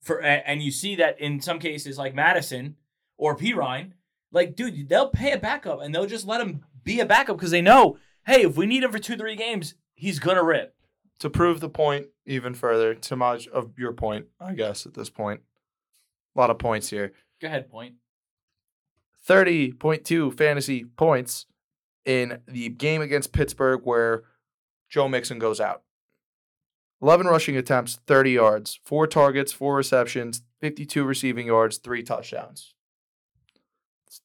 For a- And you see that in some cases, like Madison or Pirine, like, dude, they'll pay a backup and they'll just let him be a backup because they know, hey, if we need him for two, three games, he's going to rip.
To prove the point even further, to much of your point, I guess at this point, a lot of points here.
Go ahead, point.
Thirty point two fantasy points in the game against Pittsburgh where Joe Mixon goes out. Eleven rushing attempts, thirty yards, four targets, four receptions, fifty-two receiving yards, three touchdowns. It's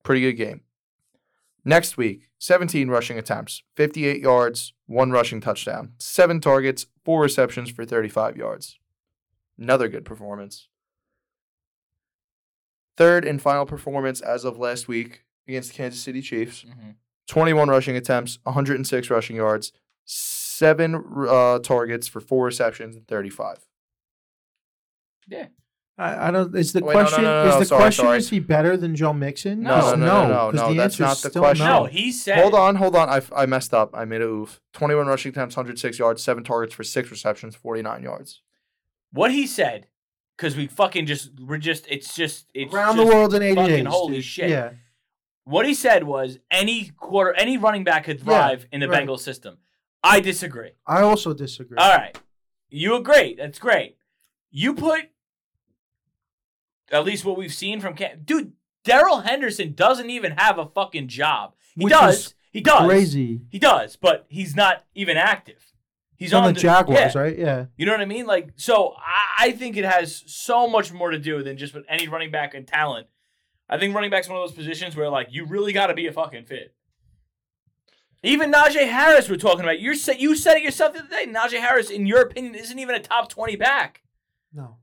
a pretty good game. Next week, 17 rushing attempts, 58 yards, one rushing touchdown, seven targets, four receptions for 35 yards. Another good performance. Third and final performance as of last week against the Kansas City Chiefs.
Mm-hmm.
21 rushing attempts, 106 rushing yards, seven uh, targets for four receptions and 35.
I, I don't. Is the
Wait, no, no,
question?
no, no,
is the
sorry,
question?
sorry.
Is he better than Joe Mixon?
No,
Because
no,
no, no, no,
'cause
no,
the
that's
answer
not
is
the
still
question.
No,
No.
he said.
Hold on, hold on. I, f- I messed up. I made a oof. 21 rushing attempts, 106 yards, seven targets for six receptions, 49 yards.
What he said, because we fucking just we're just it's just it's
Around
just-
the world in eighty
fucking
days.
holy
dude.
shit.
Yeah.
What he said was any quarter, any running back could thrive in the
right.
Bengals system. I disagree.
I also disagree.
All right. You agree. That's great. You put at least what we've seen from Cam. Dude, Daryl Henderson doesn't even have a fucking job. He
Which
does.
is
He does.
Crazy.
He does, but he's not even active. He's
He's on the,
yeah.
Jaguars, right? Yeah.
You know what I mean? Like, so I, I think it has so much more to do than just with any running back and talent. I think running back's one of those positions where like you really got to be a fucking fit. Even Najee Harris, we're talking about. You said you said it yourself the other day. Najee Harris, in your opinion, isn't even a top twenty back.
No.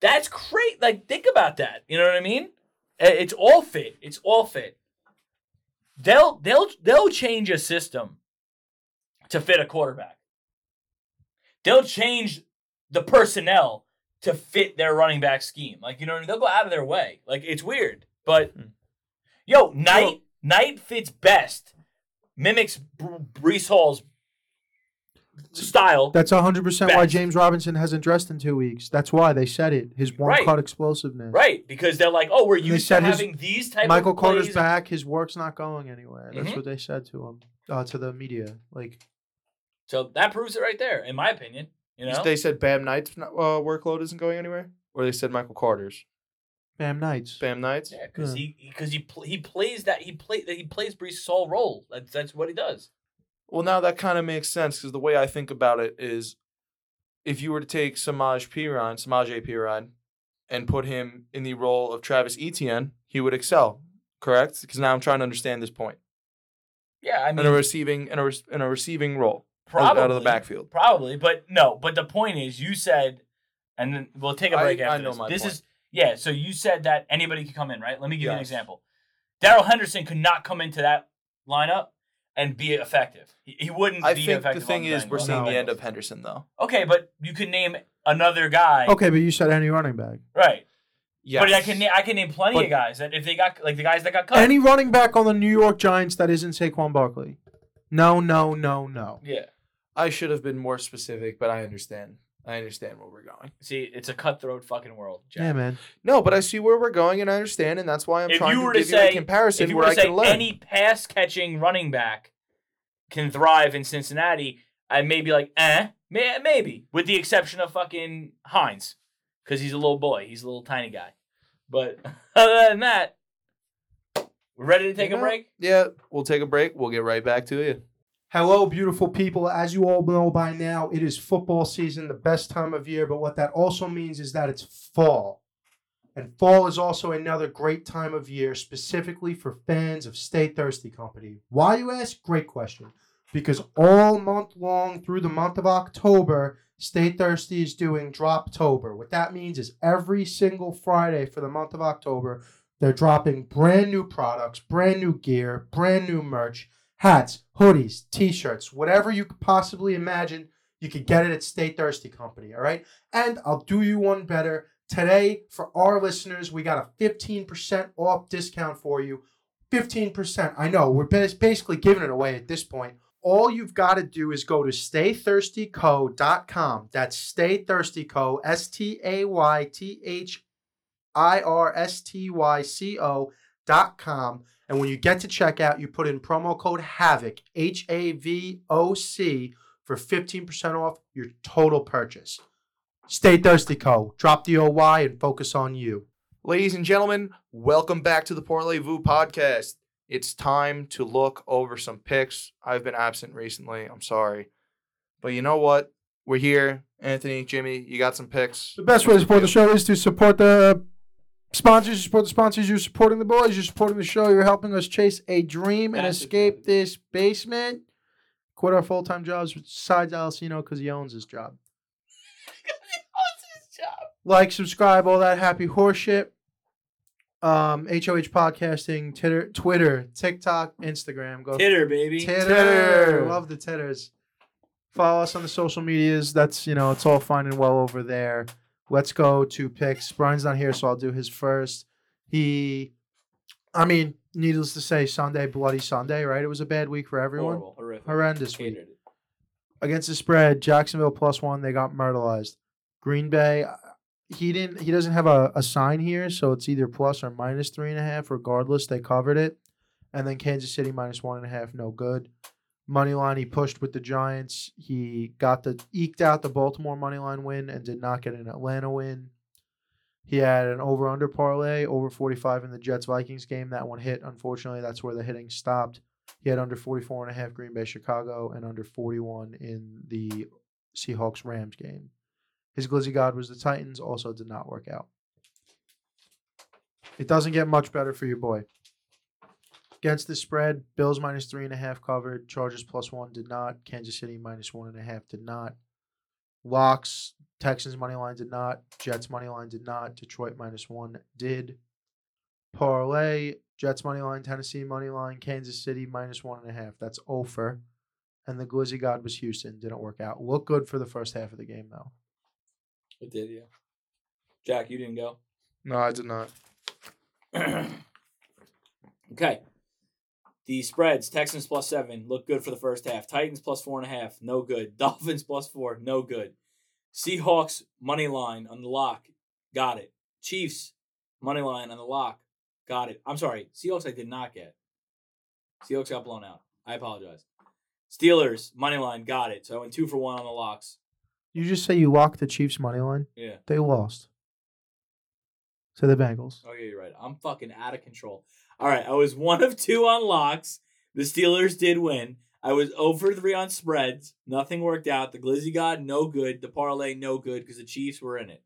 That's great. Like, think about that. You know what I mean? I- It's all fit. It's all fit. They'll they'll they'll change a system to fit a quarterback. They'll change the personnel to fit their running back scheme. Like, you know, what I mean? they'll go out of their way. Like, it's weird, but
Hmm.
yo, Knight Knight fits best, mimics Br- Brees Hall's style.
That's 100% why
Best.
James Robinson hasn't dressed in two weeks. That's why they said it. His one
Right.
cut explosiveness.
Right, because they're like, oh, we're
they
used to
said his-
having these type
Michael
of plays.
Carter's back. His work's not going anywhere. That's
Mhm.
what they said to him, uh, to the media. Like,
So that proves it right there, in my opinion. You know,
They said Bam Knight's uh, workload isn't going anywhere, or they said Michael Carter's.
Bam Knights.
Bam Knight's?
yeah, because
Yeah.
he because he pl- he plays that he play that he plays Brees' Hall role. That's that's what he does.
Well, now that kind of makes sense because the way I think about it is if you were to take Samaj Piran, Samaj Piran, and put him in the role of Travis Etienne, he would excel, correct? Because now I'm trying to understand this point.
Yeah, I
In a receiving in a, re- in a receiving role out-
probably
out of the backfield.
probably, but no. But the point is, you said, and then we'll take a
I-
break
I
after
know
this.
my
this
point.
is yeah. So you said that anybody could come in, right? Let me give you an
Yes.
example. Daryl Henderson could not come into that lineup and be effective. He, he wouldn't.
I
be
think the
effective
thing
on
is we're
Bengals.
seeing
No.
the end of Henderson though.
Okay, but you can name another guy,
Okay, but you said any running back.
right?
Yeah.
But I can na- I can name plenty
But-
of guys that if they got like the guys that got cut.
Any running back on the New York Giants that isn't Saquon Barkley. No, no, no, no.
yeah.
I should have been more specific, but I understand. I understand where we're going.
See, it's a cutthroat fucking world. Jack.
Yeah, man.
No, but I see where we're going and I understand, and that's why I'm
If
trying
you
to
were to
give you
say-
a comparison
if you were
where I
to say
can learn.
any pass catching running back can thrive in Cincinnati, I may be like, eh, may- maybe, with the exception of fucking Hines, because he's a little boy, he's a little tiny guy. But other than that, we're ready to take
You
a
know,
break.
Yeah, we'll take a break. We'll get right back to you.
Hello, beautiful people. As you all know by now, it is football season, the best time of year. But what that also means is that it's fall. And fall is also another great time of year, specifically for fans of Stay Thirsty Company. Why, you ask? Great question. Because all month long through the month of October, Stay Thirsty is doing Droptober. What that means is every single Friday for the month of October, they're dropping brand new products, brand new gear, brand new merch hats, hoodies, t-shirts, whatever you could possibly imagine, you could get it at Stay Thirsty Company, all right? And I'll do you one better. Today, for our listeners, we got a 15% off discount for you. 15%. I know, we're bas- basically giving it away at this point. All you've got to do is go to staythirstyco.com. That's staythirstyco, S T A Y T H I R S T Y C O dot com. And when you get to checkout, you put in promo code HAVOC, H A V O C, for 15% off your total purchase. Stay thirsty, Co. Drop the OY and focus on you.
Ladies and gentlemen, welcome back to the Parlay Vu podcast. It's time to look over some picks. I've been absent recently. I'm sorry. But you know what? We're here. Anthony, Jimmy, you got some picks.
The best way to support the show is to support the Sponsors, you support the sponsors. You're supporting the boys. You're supporting the show. You're helping us chase a dream and
Massive
escape
help.
this basement. Quit our full time jobs besides Alcino because he owns his job. Like, subscribe, all that happy horseshit. Um, HOH podcasting, Titter, Twitter, TikTok, Instagram. Go
Titter, baby.
Titter.
Titter.
Love the titters. Follow us on the social medias. That's you know, it's all fine and well over there. Let's go to picks. Brian's not here, so I'll do his first. He I mean, needless to say, Sunday, bloody Sunday, right? It was a bad week for everyone.
Horrible, horrific.
Horrendous week.
Hated it.
Against the spread, Jacksonville plus one, they got myrtleized. Green Bay, uh, he didn't he doesn't have a, a sign here, so it's either plus or minus three and a half. Regardless, they covered it. And then Kansas City minus one and a half, no good. Money line, he pushed with the Giants. He got the eked out the Baltimore money line win and did not get an Atlanta win. He had an over under parlay, over 45 in the Jets Vikings game. That one hit, unfortunately. That's where the hitting stopped. He had under 44 and a half Green Bay Chicago and under 41 in the Seahawks Rams game. His glizzy god was the Titans, also did not work out. It doesn't get much better for your boy. Against the spread, Bills minus three and a half covered, Chargers plus one did not, Kansas City minus one and a half did not, Locks, Texans money line did not, Jets money line did not, Detroit minus one did. Parlay, Jets money line, Tennessee money line, Kansas City minus one and a half. That's over. And the glizzy god was Houston. Didn't work out. Looked good for the first half of the game though.
It did, yeah. Jack, you didn't go.
No, I did not.
okay. The spreads Texans plus seven, look good for the first half. Titans plus four and a half, no good. Dolphins plus four, no good. Seahawks money line on the lock, got it. Chiefs money line on the lock, got it. I'm sorry, Seahawks I did not get. Seahawks got blown out. I apologize. Steelers money line, got it. So I went two for one on the locks.
You just say you locked the Chiefs money line.
Yeah.
They lost. To the Bengals.
Oh yeah, you're right. I'm fucking out of control. All right, I was one of two on locks. The Steelers did win. I was over three on spreads. Nothing worked out. The Glizzy God no good. The parlay no good because the Chiefs were in it.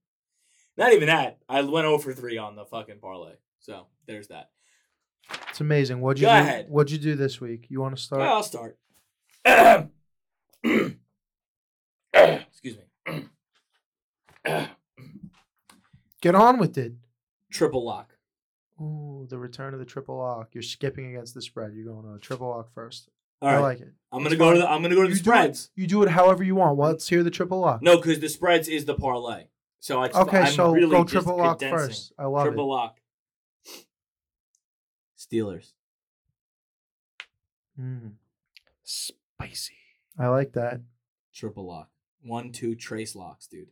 Not even that. I went over three on the fucking parlay. So there's that.
It's amazing. What'd you
Go
do?
ahead.
What'd you do this week? You want to start?
Well, I'll start. Excuse me.
Get on with it.
Triple lock.
Ooh, the return of the triple lock. You're skipping against the spread. You're going to a triple lock first.
All
I
right,
like it.
I'm gonna
It's
go to
fine.
the, I'm gonna go to the
You do it-
spreads.
You do it however you want. Well, let's hear the triple lock.
No, because the spreads is the parlay. So I just,
okay,
I'm
so
really
go
just
triple lock
condensing.
first. I love
triple lock. Steelers.
it. Mm,
Spicy.
I like that.
Triple lock. One, two, trace locks, dude.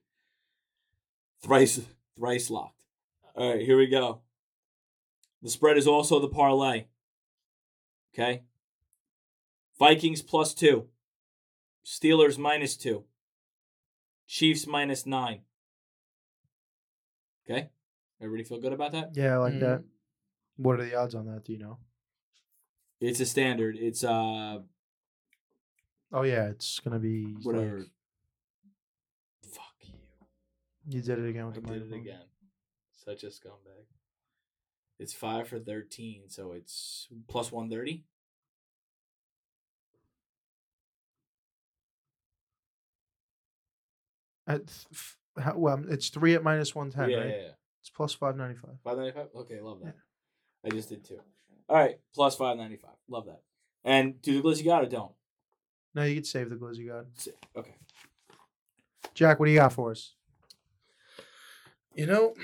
Thrice, thrice locked. All right, here we go. The spread is also the parlay. Okay. Vikings plus two. Steelers minus two. Chiefs minus nine. Okay. Everybody feel good about that?
Yeah, I like
Mhm.
that. What are the odds on that? Do you know?
It's a standard. It's uh
Oh yeah, it's gonna be like-
whatever. Fuck you.
you did it again
I
with the
did it
microphone.
again. Such a scumbag. It's five for thirteen, so it's plus one thirty.
At Uh, th- f- how, well, it's three at minus one
Yeah,
ten,
yeah,
right?
yeah.
It's plus five ninety five.
Five ninety five. Okay, love
Yeah.
that. I just did two. All right, plus five ninety five. Love that. And do the glitz you got or don't?
No, you could save the glizzy god.
Okay.
Jack, what do you got for us?
Hmm. You know,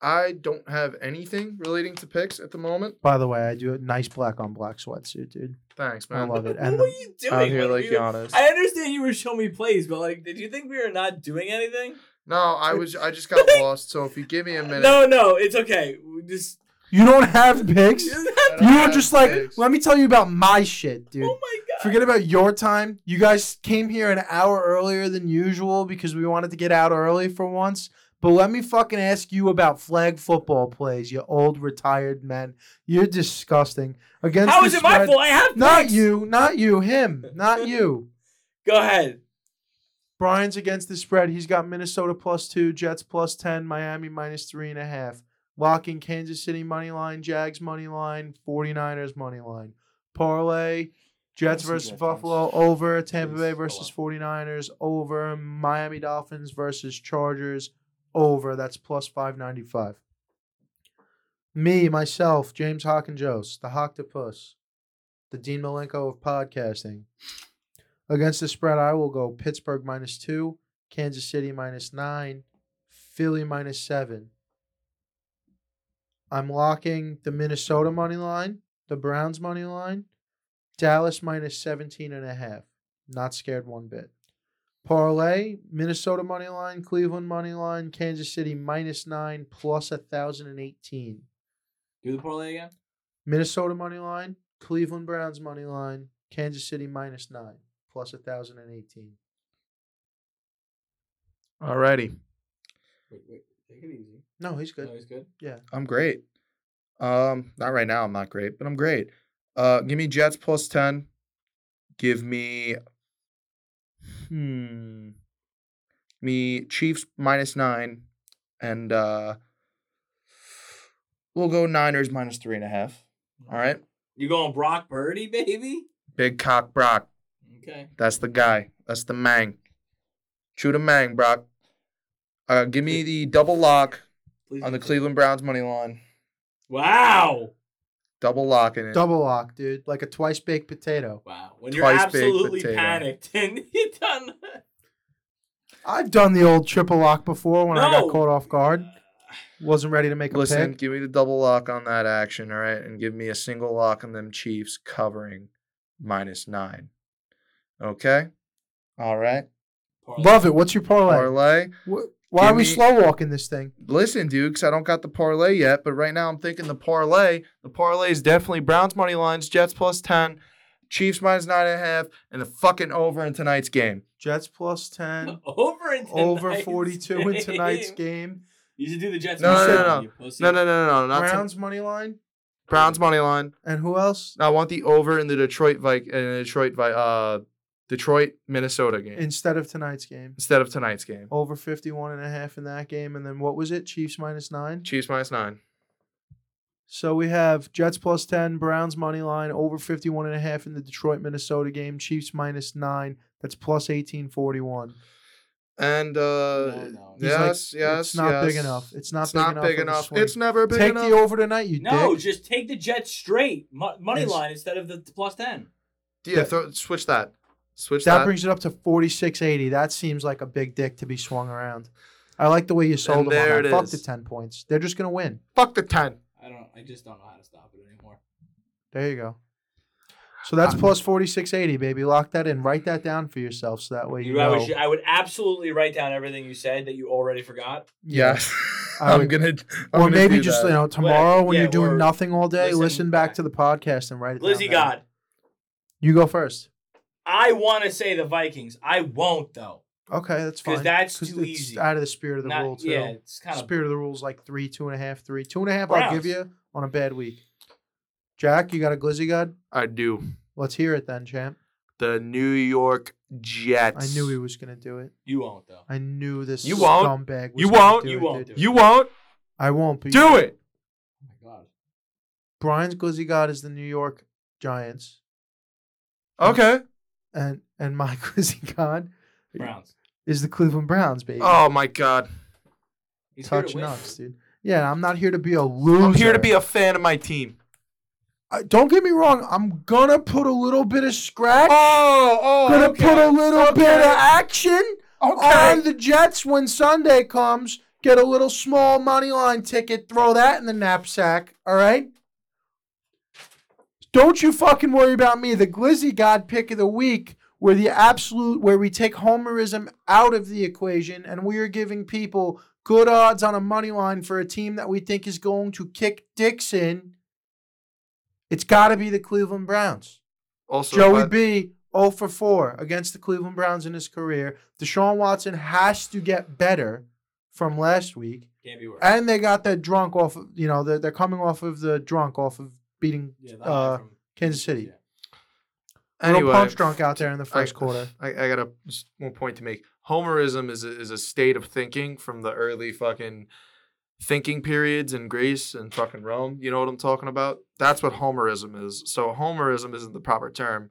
I don't have anything relating to picks at the moment.
By the way, I do a nice black on black sweatsuit, dude.
Thanks,
I
man.
love it.
What
And
were
the,
you doing?
Out here
What
like
were you-
Giannis.
I understand you were showing me plays, but like, did you think we were not doing anything?
No, I was. I just got lost. So if you give me a minute,
No, no, it's okay. We just
you don't have picks.
oh
You
I don't
were
have
just like,
picks.
let me tell you about my shit, dude.
oh my god.
Forget about your time. You guys came here an hour earlier than usual because we wanted to get out early for once. But let me fucking ask you about flag football plays, you old retired men. You're disgusting. Against
How
the
is it my
spread-
fault? I have
Not
picks.
you, not you, him, not you.
Go ahead.
Brian's against the spread. He's got Minnesota plus two, Jets plus ten, Miami minus three and a half. Lock in Kansas City money line, Jags money line, 49ers money line. Parlay, Jets
see
versus
Jets
Buffalo over, Tampa
Please,
Bay
go
versus
on.
49ers over, Miami Dolphins versus Chargers over. That's plus 595. Me, myself, James Hawk and Jost, the Hoctopus, the Dean Malenko of podcasting. Against the spread, I will go Pittsburgh minus two, Kansas City minus nine, Philly minus seven. I'm locking the Minnesota money line, the Browns money line, Dallas minus 17 and a half. Not scared one bit. Parlay, Minnesota money line, Cleveland money line, Kansas City minus nine plus 1,018.
Do the parlay again.
Minnesota money line, Cleveland Browns money line, Kansas City minus nine plus 1,018.
Alrighty.
Wait, wait. Take it easy.
No, he's good.
No, he's good.
I'm great. Um, not right now. I'm not great, but I'm great. Uh, give me Jets plus ten. Give me, hmm, me Chiefs minus nine, and uh, we'll go Niners minus three and a half. All right,
You going Brock Purdy, baby?
big cock Brock.
Okay.
That's the guy. That's the mang. Chew the mang, Brock. Uh, give me the double lock
Please
on the
continue.
Cleveland Browns money line.
Wow.
Double locking it.
Double lock, dude. Like a twice baked potato.
Wow. When you're
Twice baked
absolutely
potato.
panicked and you done
I've done the old triple lock before when I got
No.
caught off guard. Wasn't ready to make a
Listen,
pick.
give me the double lock on that action, all right, and give me a single lock on them Chiefs covering minus nine. Okay, all right,
Parlay.
Love it. What's your parlay?
parlay.
Wh- Why are we
Gimme-
slow walking this thing?
Listen, dude, 'cause I don't got the parlay yet, but right now I'm thinking the parlay. The parlay is definitely Browns money lines, Jets plus ten, Chiefs minus nine and a half, and the fucking over in tonight's game.
Jets plus 10,
Over in
over
tonight's
42 in tonight's game.
You should do the Jets.
No,
no, no,
no. No, no, no, no, no, not Browns.
Browns money line.
Browns money line.
And who else?
I want the over in the Detroit Vic, in the Detroit Vi- uh, Detroit Minnesota game
Instead of tonight's game.
instead of tonight's game.
Over 51 and a half in that game. And then what was it? Chiefs minus 9.
Chiefs minus nine.
So we have Jets plus 10, Browns money line, over 51 and a half in the Detroit Minnesota game, Chiefs minus 9. That's plus 1841.
And uh
No, no.
He's like,
yes, yes,
It's not big
yes.
enough. It's not
It's
big
not
enough.
big
of a
enough.
swing.
It's never big
Take
enough.
the over tonight, you
No,
dick.
just take the Jets straight mo- money
Yes.
line instead of the t- plus ten.
yeah, throw, switch that. Switch
That
that.
brings it up to 4680. That seems like a big dick to be swung around. I like the way you sold
And
them on
there
that.
it
Fuck
is.
the 10 points. They're just going to win.
Fuck the ten.
I don't. I just don't know how to stop it anymore.
There you go. So that's plus 4680, baby. Lock that in. Write that down for yourself so that way you
You, I,
know.
would, I would absolutely write down everything you said that you already forgot.
Yes.
I
I'm
would-
gonna I'm
or
gonna
maybe
do
just
that.
you know tomorrow when
yeah,
you're doing
or
nothing all day, listen,
listen
back,
back.
to the podcast and write it.
Glizzy
down there.
God,
you go first.
I want to say the Vikings. I won't though.
Okay, that's
'Cause
fine.
that's too
it's
easy.
Out of the spirit of the
Not-
rule too.
yeah, it's kind of
Spirit of the rules like three, two and a half, three, two and a half. I'll
Browns.
give you on a bad week. Jack, you got a glizzy god?
I do.
Let's hear it then, champ.
The New York
I
Jets.
knew he was gonna do it.
you won't though.
I knew this.
You won't.
Scumbag was
You
gonna
won't.
do
You
it,
won't
dude.
do it.
You won't
I won't. But
do it.
Oh my god.
Brian's glizzy god is the New York Giants,
Okay.
and and my glizzy god
Browns.
is the Cleveland Browns, baby.
Oh my god.
He's here to
touch
win.
nuts, dude. Yeah, I'm not here to be a loser.
I'm here to be a fan of my team.
I- don't get me wrong. I'm gonna put a little bit of scratch.
Oh, oh.
gonna
okay.
put a little bit of
Okay.
action
Okay.
on the Jets when Sunday comes. Get a little small money line ticket. Throw that in the knapsack. All right. Don't you fucking worry about me. The Glizzy God pick of the week, where the absolute, where we take Homerism out of the equation, and we are giving people good odds on a money line for a team that we think is going to kick Dixon. It's got to be the Cleveland Browns.
Also,
Joey
but-
B, 0 for 4 against the Cleveland Browns in his career. Deshaun Watson has to get better from last week.
Can't be worse.
And they got that drunk off, of, you know, they're, they're coming off of the drunk off of beating
Yeah, the high
uh,
from-
Kansas City.
Yeah.
Little
anyway,
punch drunk out there in the first
I-
quarter.
I, I got a s- one point to make. Homerism is a, is a state of thinking from the early fucking thinking periods in Greece and fucking Rome. You know what I'm talking about? That's what Homerism is. So Homerism isn't the proper term.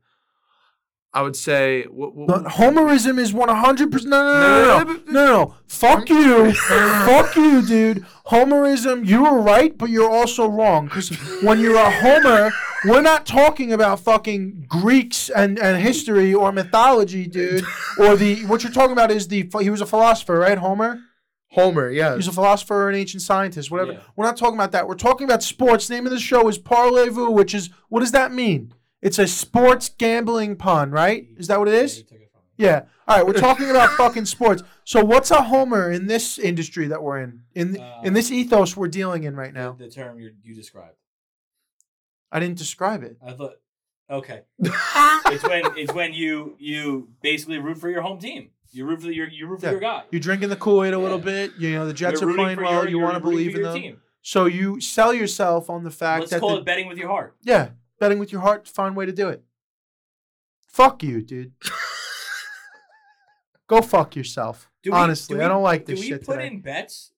I would say what,
But Homerism is 100%. No, no, no, no, no, no, no. Fuck you. Fuck you, dude. Homerism, you were right, but you're also wrong. Because when you're a Homer, we're not talking about fucking Greeks and, and history or mythology, dude. Or the, what you're talking about is the, he was a philosopher, right, Homer?
Homer. Yeah,
He's a philosopher or an ancient scientist, whatever.
Yeah.
We're not talking about that. We're talking about sports. Name of the show is Parlez-vous, which is what does that mean? It's a sports gambling pun, right? Is that what it is? Yeah. All right, we're talking about fucking sports. So what's a homer in this industry that we're in? In in this ethos we're dealing in right now.
Uh, The term you you described.
I didn't describe it.
I thought. Okay. it's when it's when you you basically root for your home team. You root for your you root for
Yeah.
your guy.
You're drinking the Kool-Aid a little
Yeah.
bit, you know, the
You're
Jets are
rooting
playing
for
well,
your-
you
you're
want to
rooting for
believe in
your
them.
Team.
So you sell yourself on the fact
Let's
that
call
the-
it betting with your heart.
Yeah, betting with your heart, find a way to do it. Fuck you, dude. Go fuck yourself.
Do we-
Honestly,
do
I
we-
don't like
Do
this
we
shit
put
today.
in bets?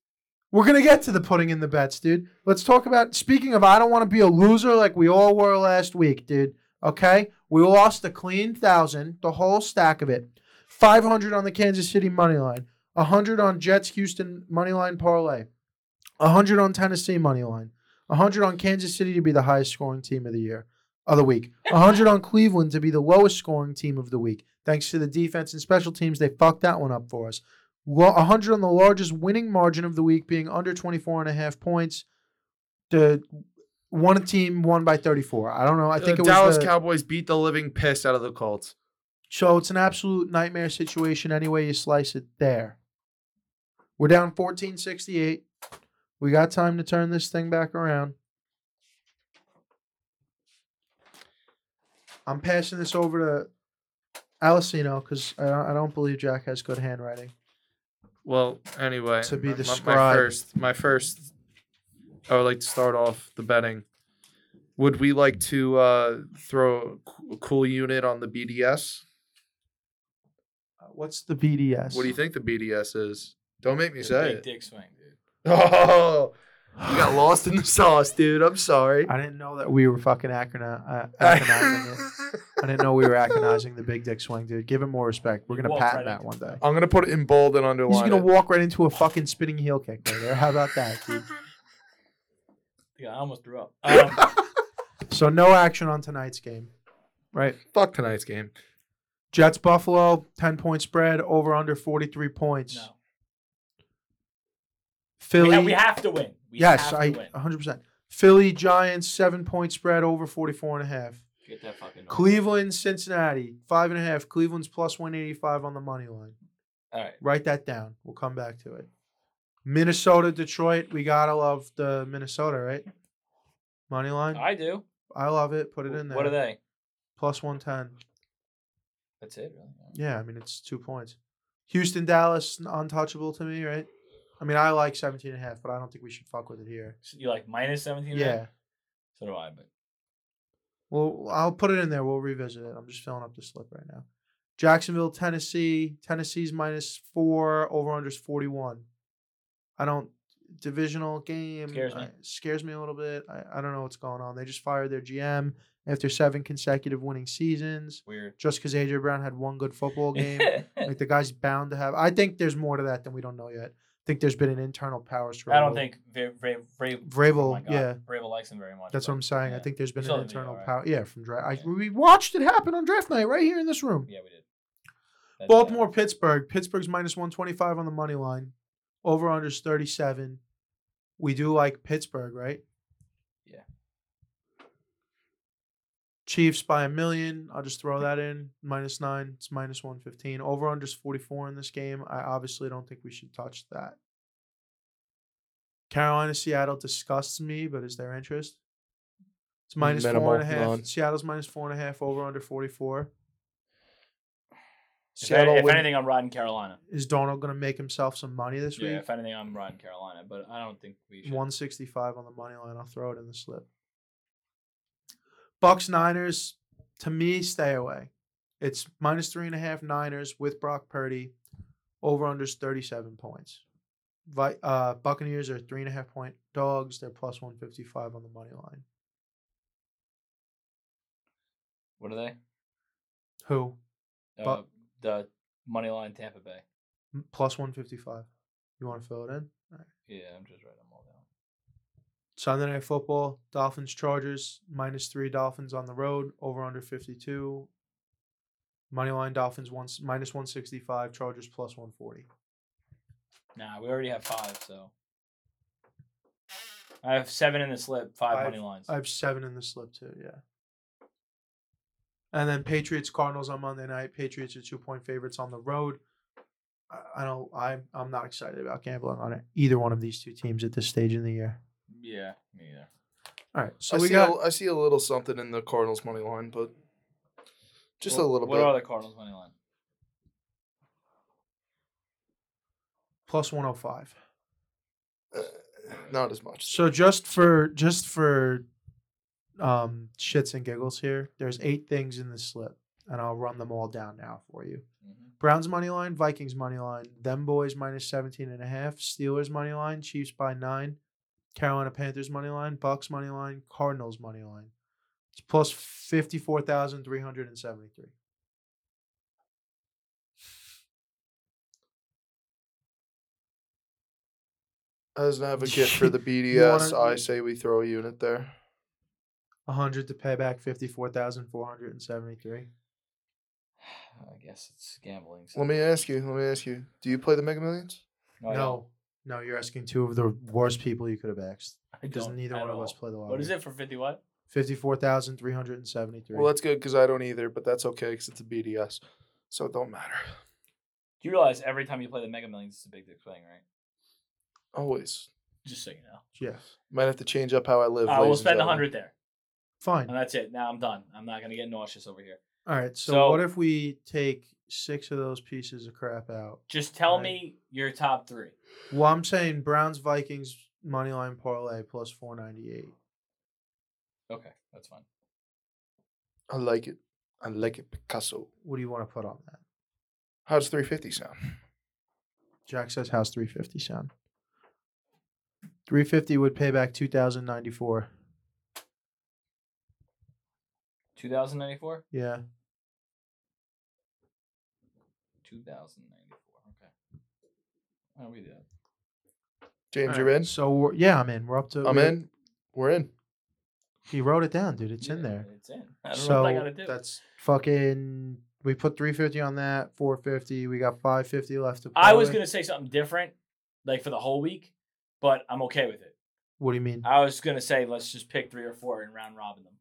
We're gonna get to the putting in the bets, dude. Let's talk about. Speaking of, I don't want to be a loser like we all were last week, dude. Okay, we lost a clean thousand, the whole stack of it. Five hundred on the Kansas City money line, hundred on Jets Houston money line parlay, hundred on Tennessee money line, hundred on Kansas City to be the highest scoring team of the year, of the week, hundred on Cleveland to be the lowest scoring team of the week. Thanks to the defense and special teams, they fucked that one up for us. Well, 100 on the largest winning margin of the week being under 24 and a half points. The one team won by 34. I don't know. I think it
uh, Dallas
was the-
Cowboys beat the living piss out of the Colts.
so it's an absolute nightmare situation any way you slice it there. We're down 1468. We got time to turn this thing back around. I'm passing this over to Alessino because I, don't- I don't believe Jack has good handwriting.
Well, anyway,
To be
my-
the
my- my
scribe.
first, my first, I would like to start off the betting. Would we like to uh, throw a c- a cool unit on the BDS?
Uh, What's the BDS?
What do you think the BDS is? Don't make me
The
say
big
it.
dick swing, dude.
Oh, you got lost in the sauce, dude. I'm sorry.
I didn't know that we were fucking acroni- uh, acronizing it. I didn't know we were acronizing the big dick swing, dude. Give him more respect. We're gonna
Walked
patent
right
that
into
one day.
I'm gonna put it in bold and
He's
underline.
gonna
it.
walk right into a fucking spinning heel kick right there. How about that, dude?
Yeah, I almost threw up. Um,
So no action on tonight's game. Right.
Fuck tonight's game.
Jets Buffalo, ten point spread, over under forty three points.
no.
Philly
We, ha- we have to win. We
Yes,
have to
I
win.
hundred percent. Philly Giants, seven point spread, over forty four and a half.
Get that fucking.
Cleveland, Cincinnati, five and a half. Cleveland's plus one eighty five on the money line.
All right.
Write that down. We'll come back to it. Minnesota, Detroit. We gotta love the Minnesota, right? Money line.
I do.
I love it. Put it in there.
What are they?
Plus one ten.
That's it. Really?
Yeah, I mean it's two points. Houston, Dallas, n- untouchable to me, right? I mean I like 17 and a half, but I don't think we should fuck with it here.
So you like minus seventeen?
yeah.
So do I. But
Well, I'll put it in there. We'll revisit it. I'm just filling up the slip right now. Jacksonville, Tennessee. Tennessee's minus four. Over unders 41. I don't. Divisional game
Scares me.
I- scares me a little bit. I, I don't know what's going on. They just fired their GM after seven consecutive winning seasons
weird.
just because AJ Brown had one good football game. like the guy's bound to have. I think there's more to that than we don't know yet. I think there's been an internal power struggle.
I don't think Vrabel. Vrabel,
Vrabel, yeah.
oh Vrabel likes him very much.
That's
but-
what I'm saying. I
yeah.
think there's been
You saw
an
the video,
internal
right?
power. Yeah, from draft.
Yeah.
I We watched it happen on draft night right here in this room.
Yeah, we did. That's
Baltimore, Pittsburgh. Pittsburghgh's minus 125 on the money line. Over unders 37. We do like Pittsburgh, right?
Yeah.
Chiefs by a million. I'll just throw that in. Minus nine. It's minus 115. Over unders 44 in this game. I obviously don't think we should touch that. Carolina, Seattle disgusts me, but is there interest? It's minus four and a
Minimal,
half.
none.
Seattle's minus four and a half. Over under 44.
If,
Seattle
if
win-
anything, I'm riding Carolina.
is Donald going to make himself some money this
Yeah,
week?
if anything, I'm riding Carolina. But I don't think we should.
165 on the money line. I'll throw it in the slip. Bucks Niners, to me, stay away. It's minus three and a half Niners with Brock Purdy. Over unders 37 points. Vi- uh, Buccaneers are three and a half point dogs. They're plus 155 on the money line.
What are they?
Who?
Uh,
But-
the money line Tampa Bay.
M- Plus 155. You want to fill it in? All right.
Yeah, I'm just writing them all down.
Sunday Night Football, Dolphins, Chargers, minus three Dolphins on the road, over under 52. Money line Dolphins once minus 165, Chargers plus 140.
Nah, we already have five, so I have seven in the slip, five,
Five.
money lines.
I have seven in the slip too, yeah. And then Patriots Cardinals on Monday night. Patriots are two point favorites on the road. I- I don't. I'm. I'm not excited about gambling on it, either one of these two teams at this stage in the year.
yeah, me either.
All right. So
I
we
see
got.
a, I see a little something in the Cardinals money line, but just a
What-
little
what
bit.
are the Cardinals money line?
plus 105
Not as much.
so just for just for um shits and giggles here there's eight things in this slip and i'll run them all down now for you
Mhm.
browns money line vikings money line them boys minus 17 and a half steelers money line chiefs by nine carolina panthers money line bucks money line cardinals money line it's plus 54373
As an advocate for the
You wanna-
BDS, I say we throw a unit there.
100 to pay back 54473
I guess it's gambling. so- Oh,
Let me ask you. Let me ask you. Do you play the Mega Millions?
No, I
No, no, you're asking two of the worst people you could have asked.
I
Because
don't
neither
at
one of us
all.
play the lottery.
What is it for 50 what?
Fifty-four thousand three hundred and seventy-three.
Well, that's good because I don't either, but that's okay because it's a BDS, so it don't matter.
Do you realize every time you play the Mega Millions, it's a big dick thing, right?
Always
Just so you know.
yeah,
might have to change up how I
Uh,
live.
I will
ladies and
spend
gentlemen.
100 there.
fine.
And that's it. Now I'm done. I'm not gonna get nauseous over here.
All right. So,
So-
what if we take six of those pieces of crap out?
Just tell
Right.
me your top three.
Well, I'm saying Browns Vikings money line parlay plus four ninety-eight.
Okay, that's fine.
I like it. I like it, Picasso.
What do you want to put on that?
How does 350 sound?
Jack says how's three fifty sound? Three fifty would pay back two thousand ninety-four.
2094?
Yeah.
2094. Okay. How do we do that?
James,
All
you're
right,
in.
So we're, yeah, I'm in. We're up to.
I'm
we-
in. We're in.
He wrote it down, dude. It's in
Yeah,
there.
It's in. I don't
so
know what I gotta do.
that's fucking. We put three fifty on that, four fifty. We got five fifty left to. Play
I was
with.
going to say something different, like for the whole week, but I'm okay with it.
What do you mean?
I was going to say, let's just pick three or four and round robin them.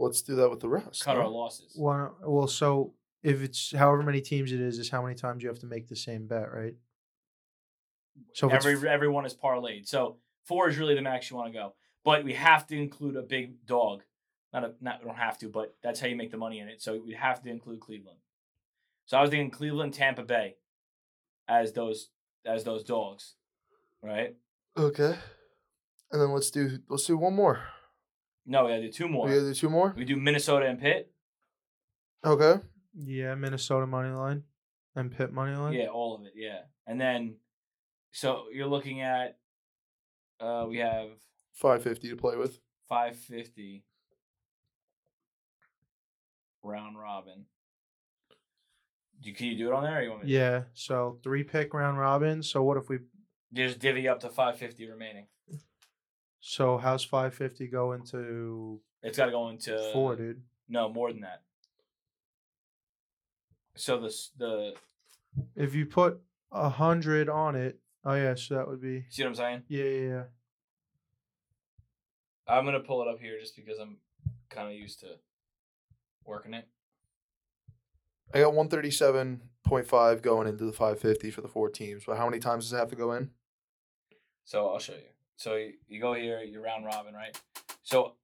Let's do that with the rest.
Cut
no?
our losses.
Well, well, so if it's however many teams it is, is how many times you have to make the same bet, right? So if it's
Every
f-
everyone is parlayed. So four is really the max you want to go. But we have to include a big dog. Not a not we don't have to, but that's how you make the money in it. So we have to include Cleveland. So I was thinking Cleveland, Tampa Bay as those as those dogs. Right?
Okay. And then let's do let's do one more.
No, we gotta do two more.
We gotta do two more.
We do Minnesota and Pitt.
Okay.
yeah, Minnesota money line and Pitt money line.
Yeah, all of it, yeah. And then so you're looking at uh we have
Five fifty to play with.
five fifty round robin. Do you, can you do it on there? Or you want me to-
Yeah. So three pick round robin. So what if we?
Just divvy up to five fifty remaining.
So how's five fifty go into
It's got to go into
four, dude?
No, more than that. So the s- the
If you put a hundred on it, oh yeah, so that would be
see what I'm saying?
yeah, yeah, yeah.
I'm gonna pull it up here just because I'm kind of used to working it.
I got one thirty seven point five going into the five fifty for the four teams. But how many times does it have to go in?
So I'll show you. So you, you go here, you round robin, right? So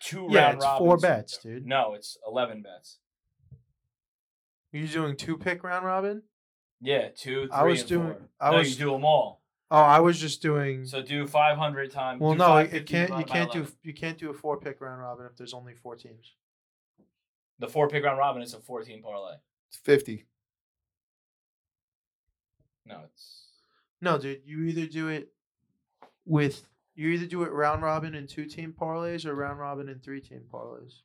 two
Yeah,
round
it's
robins.
four bets, dude.
No, it's eleven bets.
You're doing two pick round robin?
Yeah, two, three,
I was
and
doing-
four.
I
no,
was-
you do them all.
Oh, I was just doing.
So do 500 times.
well,
do
no, it
550
can't. You
divided by
can't do.
11.
You can't do a four pick round robin if there's only four teams.
the four pick round robin. It's a 14 parlay.
It's fifty.
No, it's
No, dude, you either do it with you either do it round robin in two team parlays or round robin in three team parlays.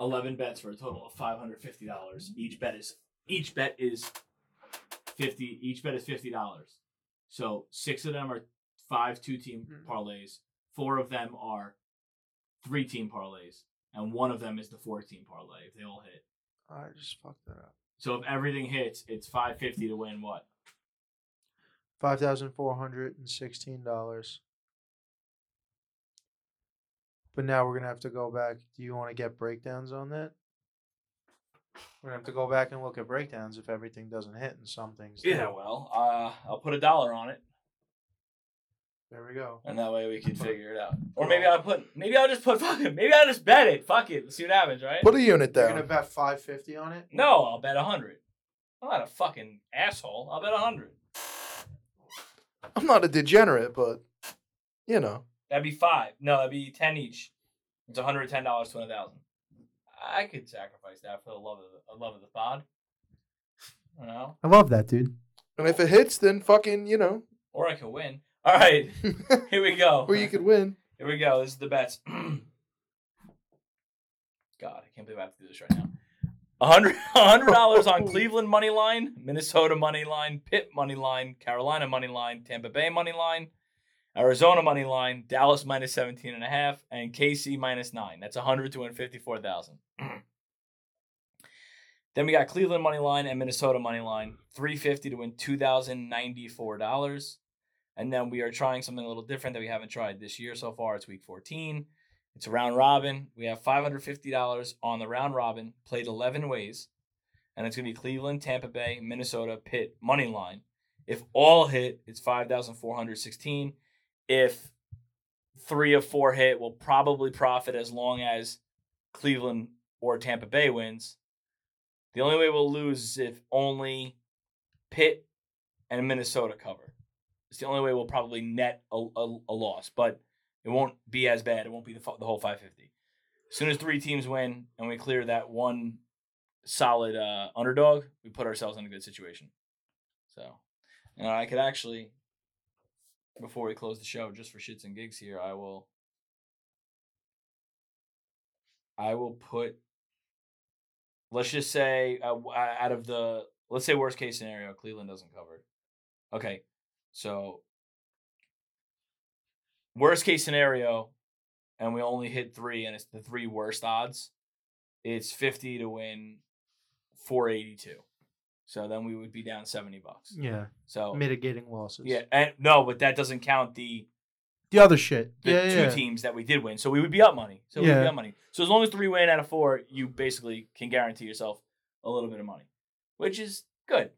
Eleven bets for a total of five hundred fifty dollars. Each bet is each bet is fifty. Each bet is fifty dollars. So six of them are five two team
Mm.
parlays. Four of them are three team parlays, and one of them is the four team parlay. If they all hit,
I just fucked that up.
so if everything hits, it's five fifty to win. What?
Five thousand four hundred and sixteen dollars. But now we're gonna have to go back. Do you want to get breakdowns on that? We're gonna have to go back and look at breakdowns if everything doesn't hit and some things. do.
yeah. Well, uh, I'll put a dollar on it,
There we go.
and that way we can figure it out.
Or maybe I'll put. Maybe I'll just put. Fuck it. Maybe I'll just bet it. Fuck it. Let's see what happens. Right?
Put a unit
You're gonna
down.
bet five fifty on it.
No, I'll bet a hundred. I'm not a fucking asshole. I'll bet a hundred.
I'm not a degenerate, but you know.
That'd be five. No, that'd be ten each. It's one hundred ten dollars to one thousand. I could sacrifice that for the love of the, the love of the pod. You know,
I love that, dude.
And if it hits, then fucking, you know,
or I could win. All right, here we go.
or you could win.
Here we go. This is the bets. God, I can't believe I have to do this right now. A hundred a hundred dollars on Cleveland money line, Minnesota money line, Pitt money line, Carolina money line, Tampa Bay money line, Arizona money line, Dallas minus 17 and a half, and KC minus nine. That's a hundred to win fifty-four thousand. then we got Cleveland money line and Minnesota money line, 350 to win two thousand ninety-four dollars. And then we are trying something a little different that we haven't tried this year so far. It's week 14. It's a round robin. We have $550 on the round robin, played 11 ways. And it's going to be Cleveland, Tampa Bay, Minnesota, Pitt, money line. If all hit, it's 5,416. If three of four hit, we'll probably profit as long as Cleveland or Tampa Bay wins. The only way we'll lose is if only Pitt and Minnesota cover. It's the only way we'll probably net a, a, a loss, but it won't be as bad. It won't be the, fu- the whole 550. As soon as three teams win and we clear that one solid uh, underdog, we put ourselves in a good situation. So, and I could actually, before we close the show, just for shits and gigs here, I will, I will put, let's just say uh, w- out of the, let's say worst case scenario, Cleveland doesn't cover it. Okay, so, worst case scenario, and we only hit three, and it's the three worst odds. It's fifty to win, four eighty two. So then we would be down seventy bucks.
Yeah,
So
mitigating losses.
Oh. yeah, and no, but that doesn't count the
the other shit.
the
yeah,
two
yeah.
teams that we did win. So we would be up money. So we'd
Yeah.
be up money. So as long as three win out of four, you basically can guarantee yourself a little bit of money, which is good.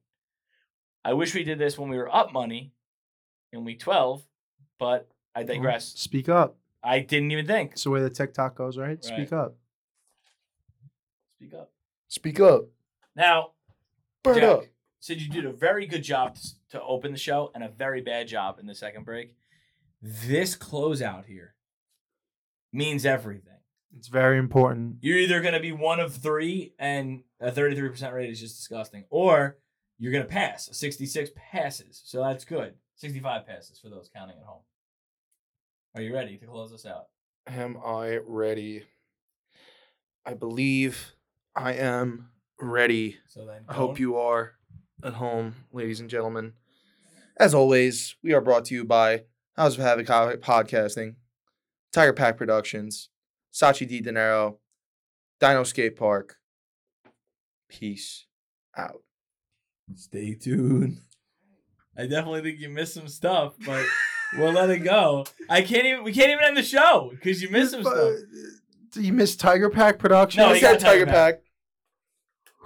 I wish we did this when we were up money in week 12, but
Mm-hmm.
I digress.
Speak up.
I didn't even think.
It's the way the TikTok goes, right? Speak up.
Speak up.
Speak up.
Now,
Bird
Jack,
up.
Sid, you did a very good job to, to open the show and a very bad job in the second break. This closeout here means everything.
It's very important.
you're either going to be one of three and a 33% rate is just disgusting or you're going to pass 66 passes so that's good 65 passes for those counting at home are you ready to close this out
Am I ready? I believe I am ready.
so then
I hope you are at home, ladies and gentlemen. As always, we are brought to you by House of Havoc Ho- Podcasting, Tiger Pack Productions, Sachi D. Dinero, Dino Skate Park. Peace out.
stay tuned i definitely think you missed some stuff but we'll let it go i can't even we can't even end the show because you missed some stuff
uh, you missed Tiger Pack Productions.
No,
I
he
said
got Tiger
Tiger Pack.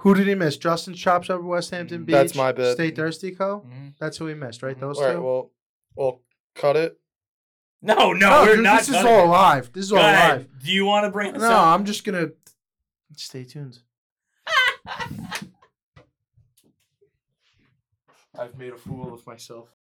Who did he miss? Justin Chops over West Hampton
Mm,
Beach.
That's my bet.
Stay thirsty, Co.
Mhm.
That's who he missed, right?
Mhm.
Those
All right,
two.
well, well, cut it.
no no, we're
dude,
not
This is
done.
all live. This is
Go
all
ahead.
live.
do you want to bring this
No,
up
I'm just gonna stay tuned. I've made a fool of myself.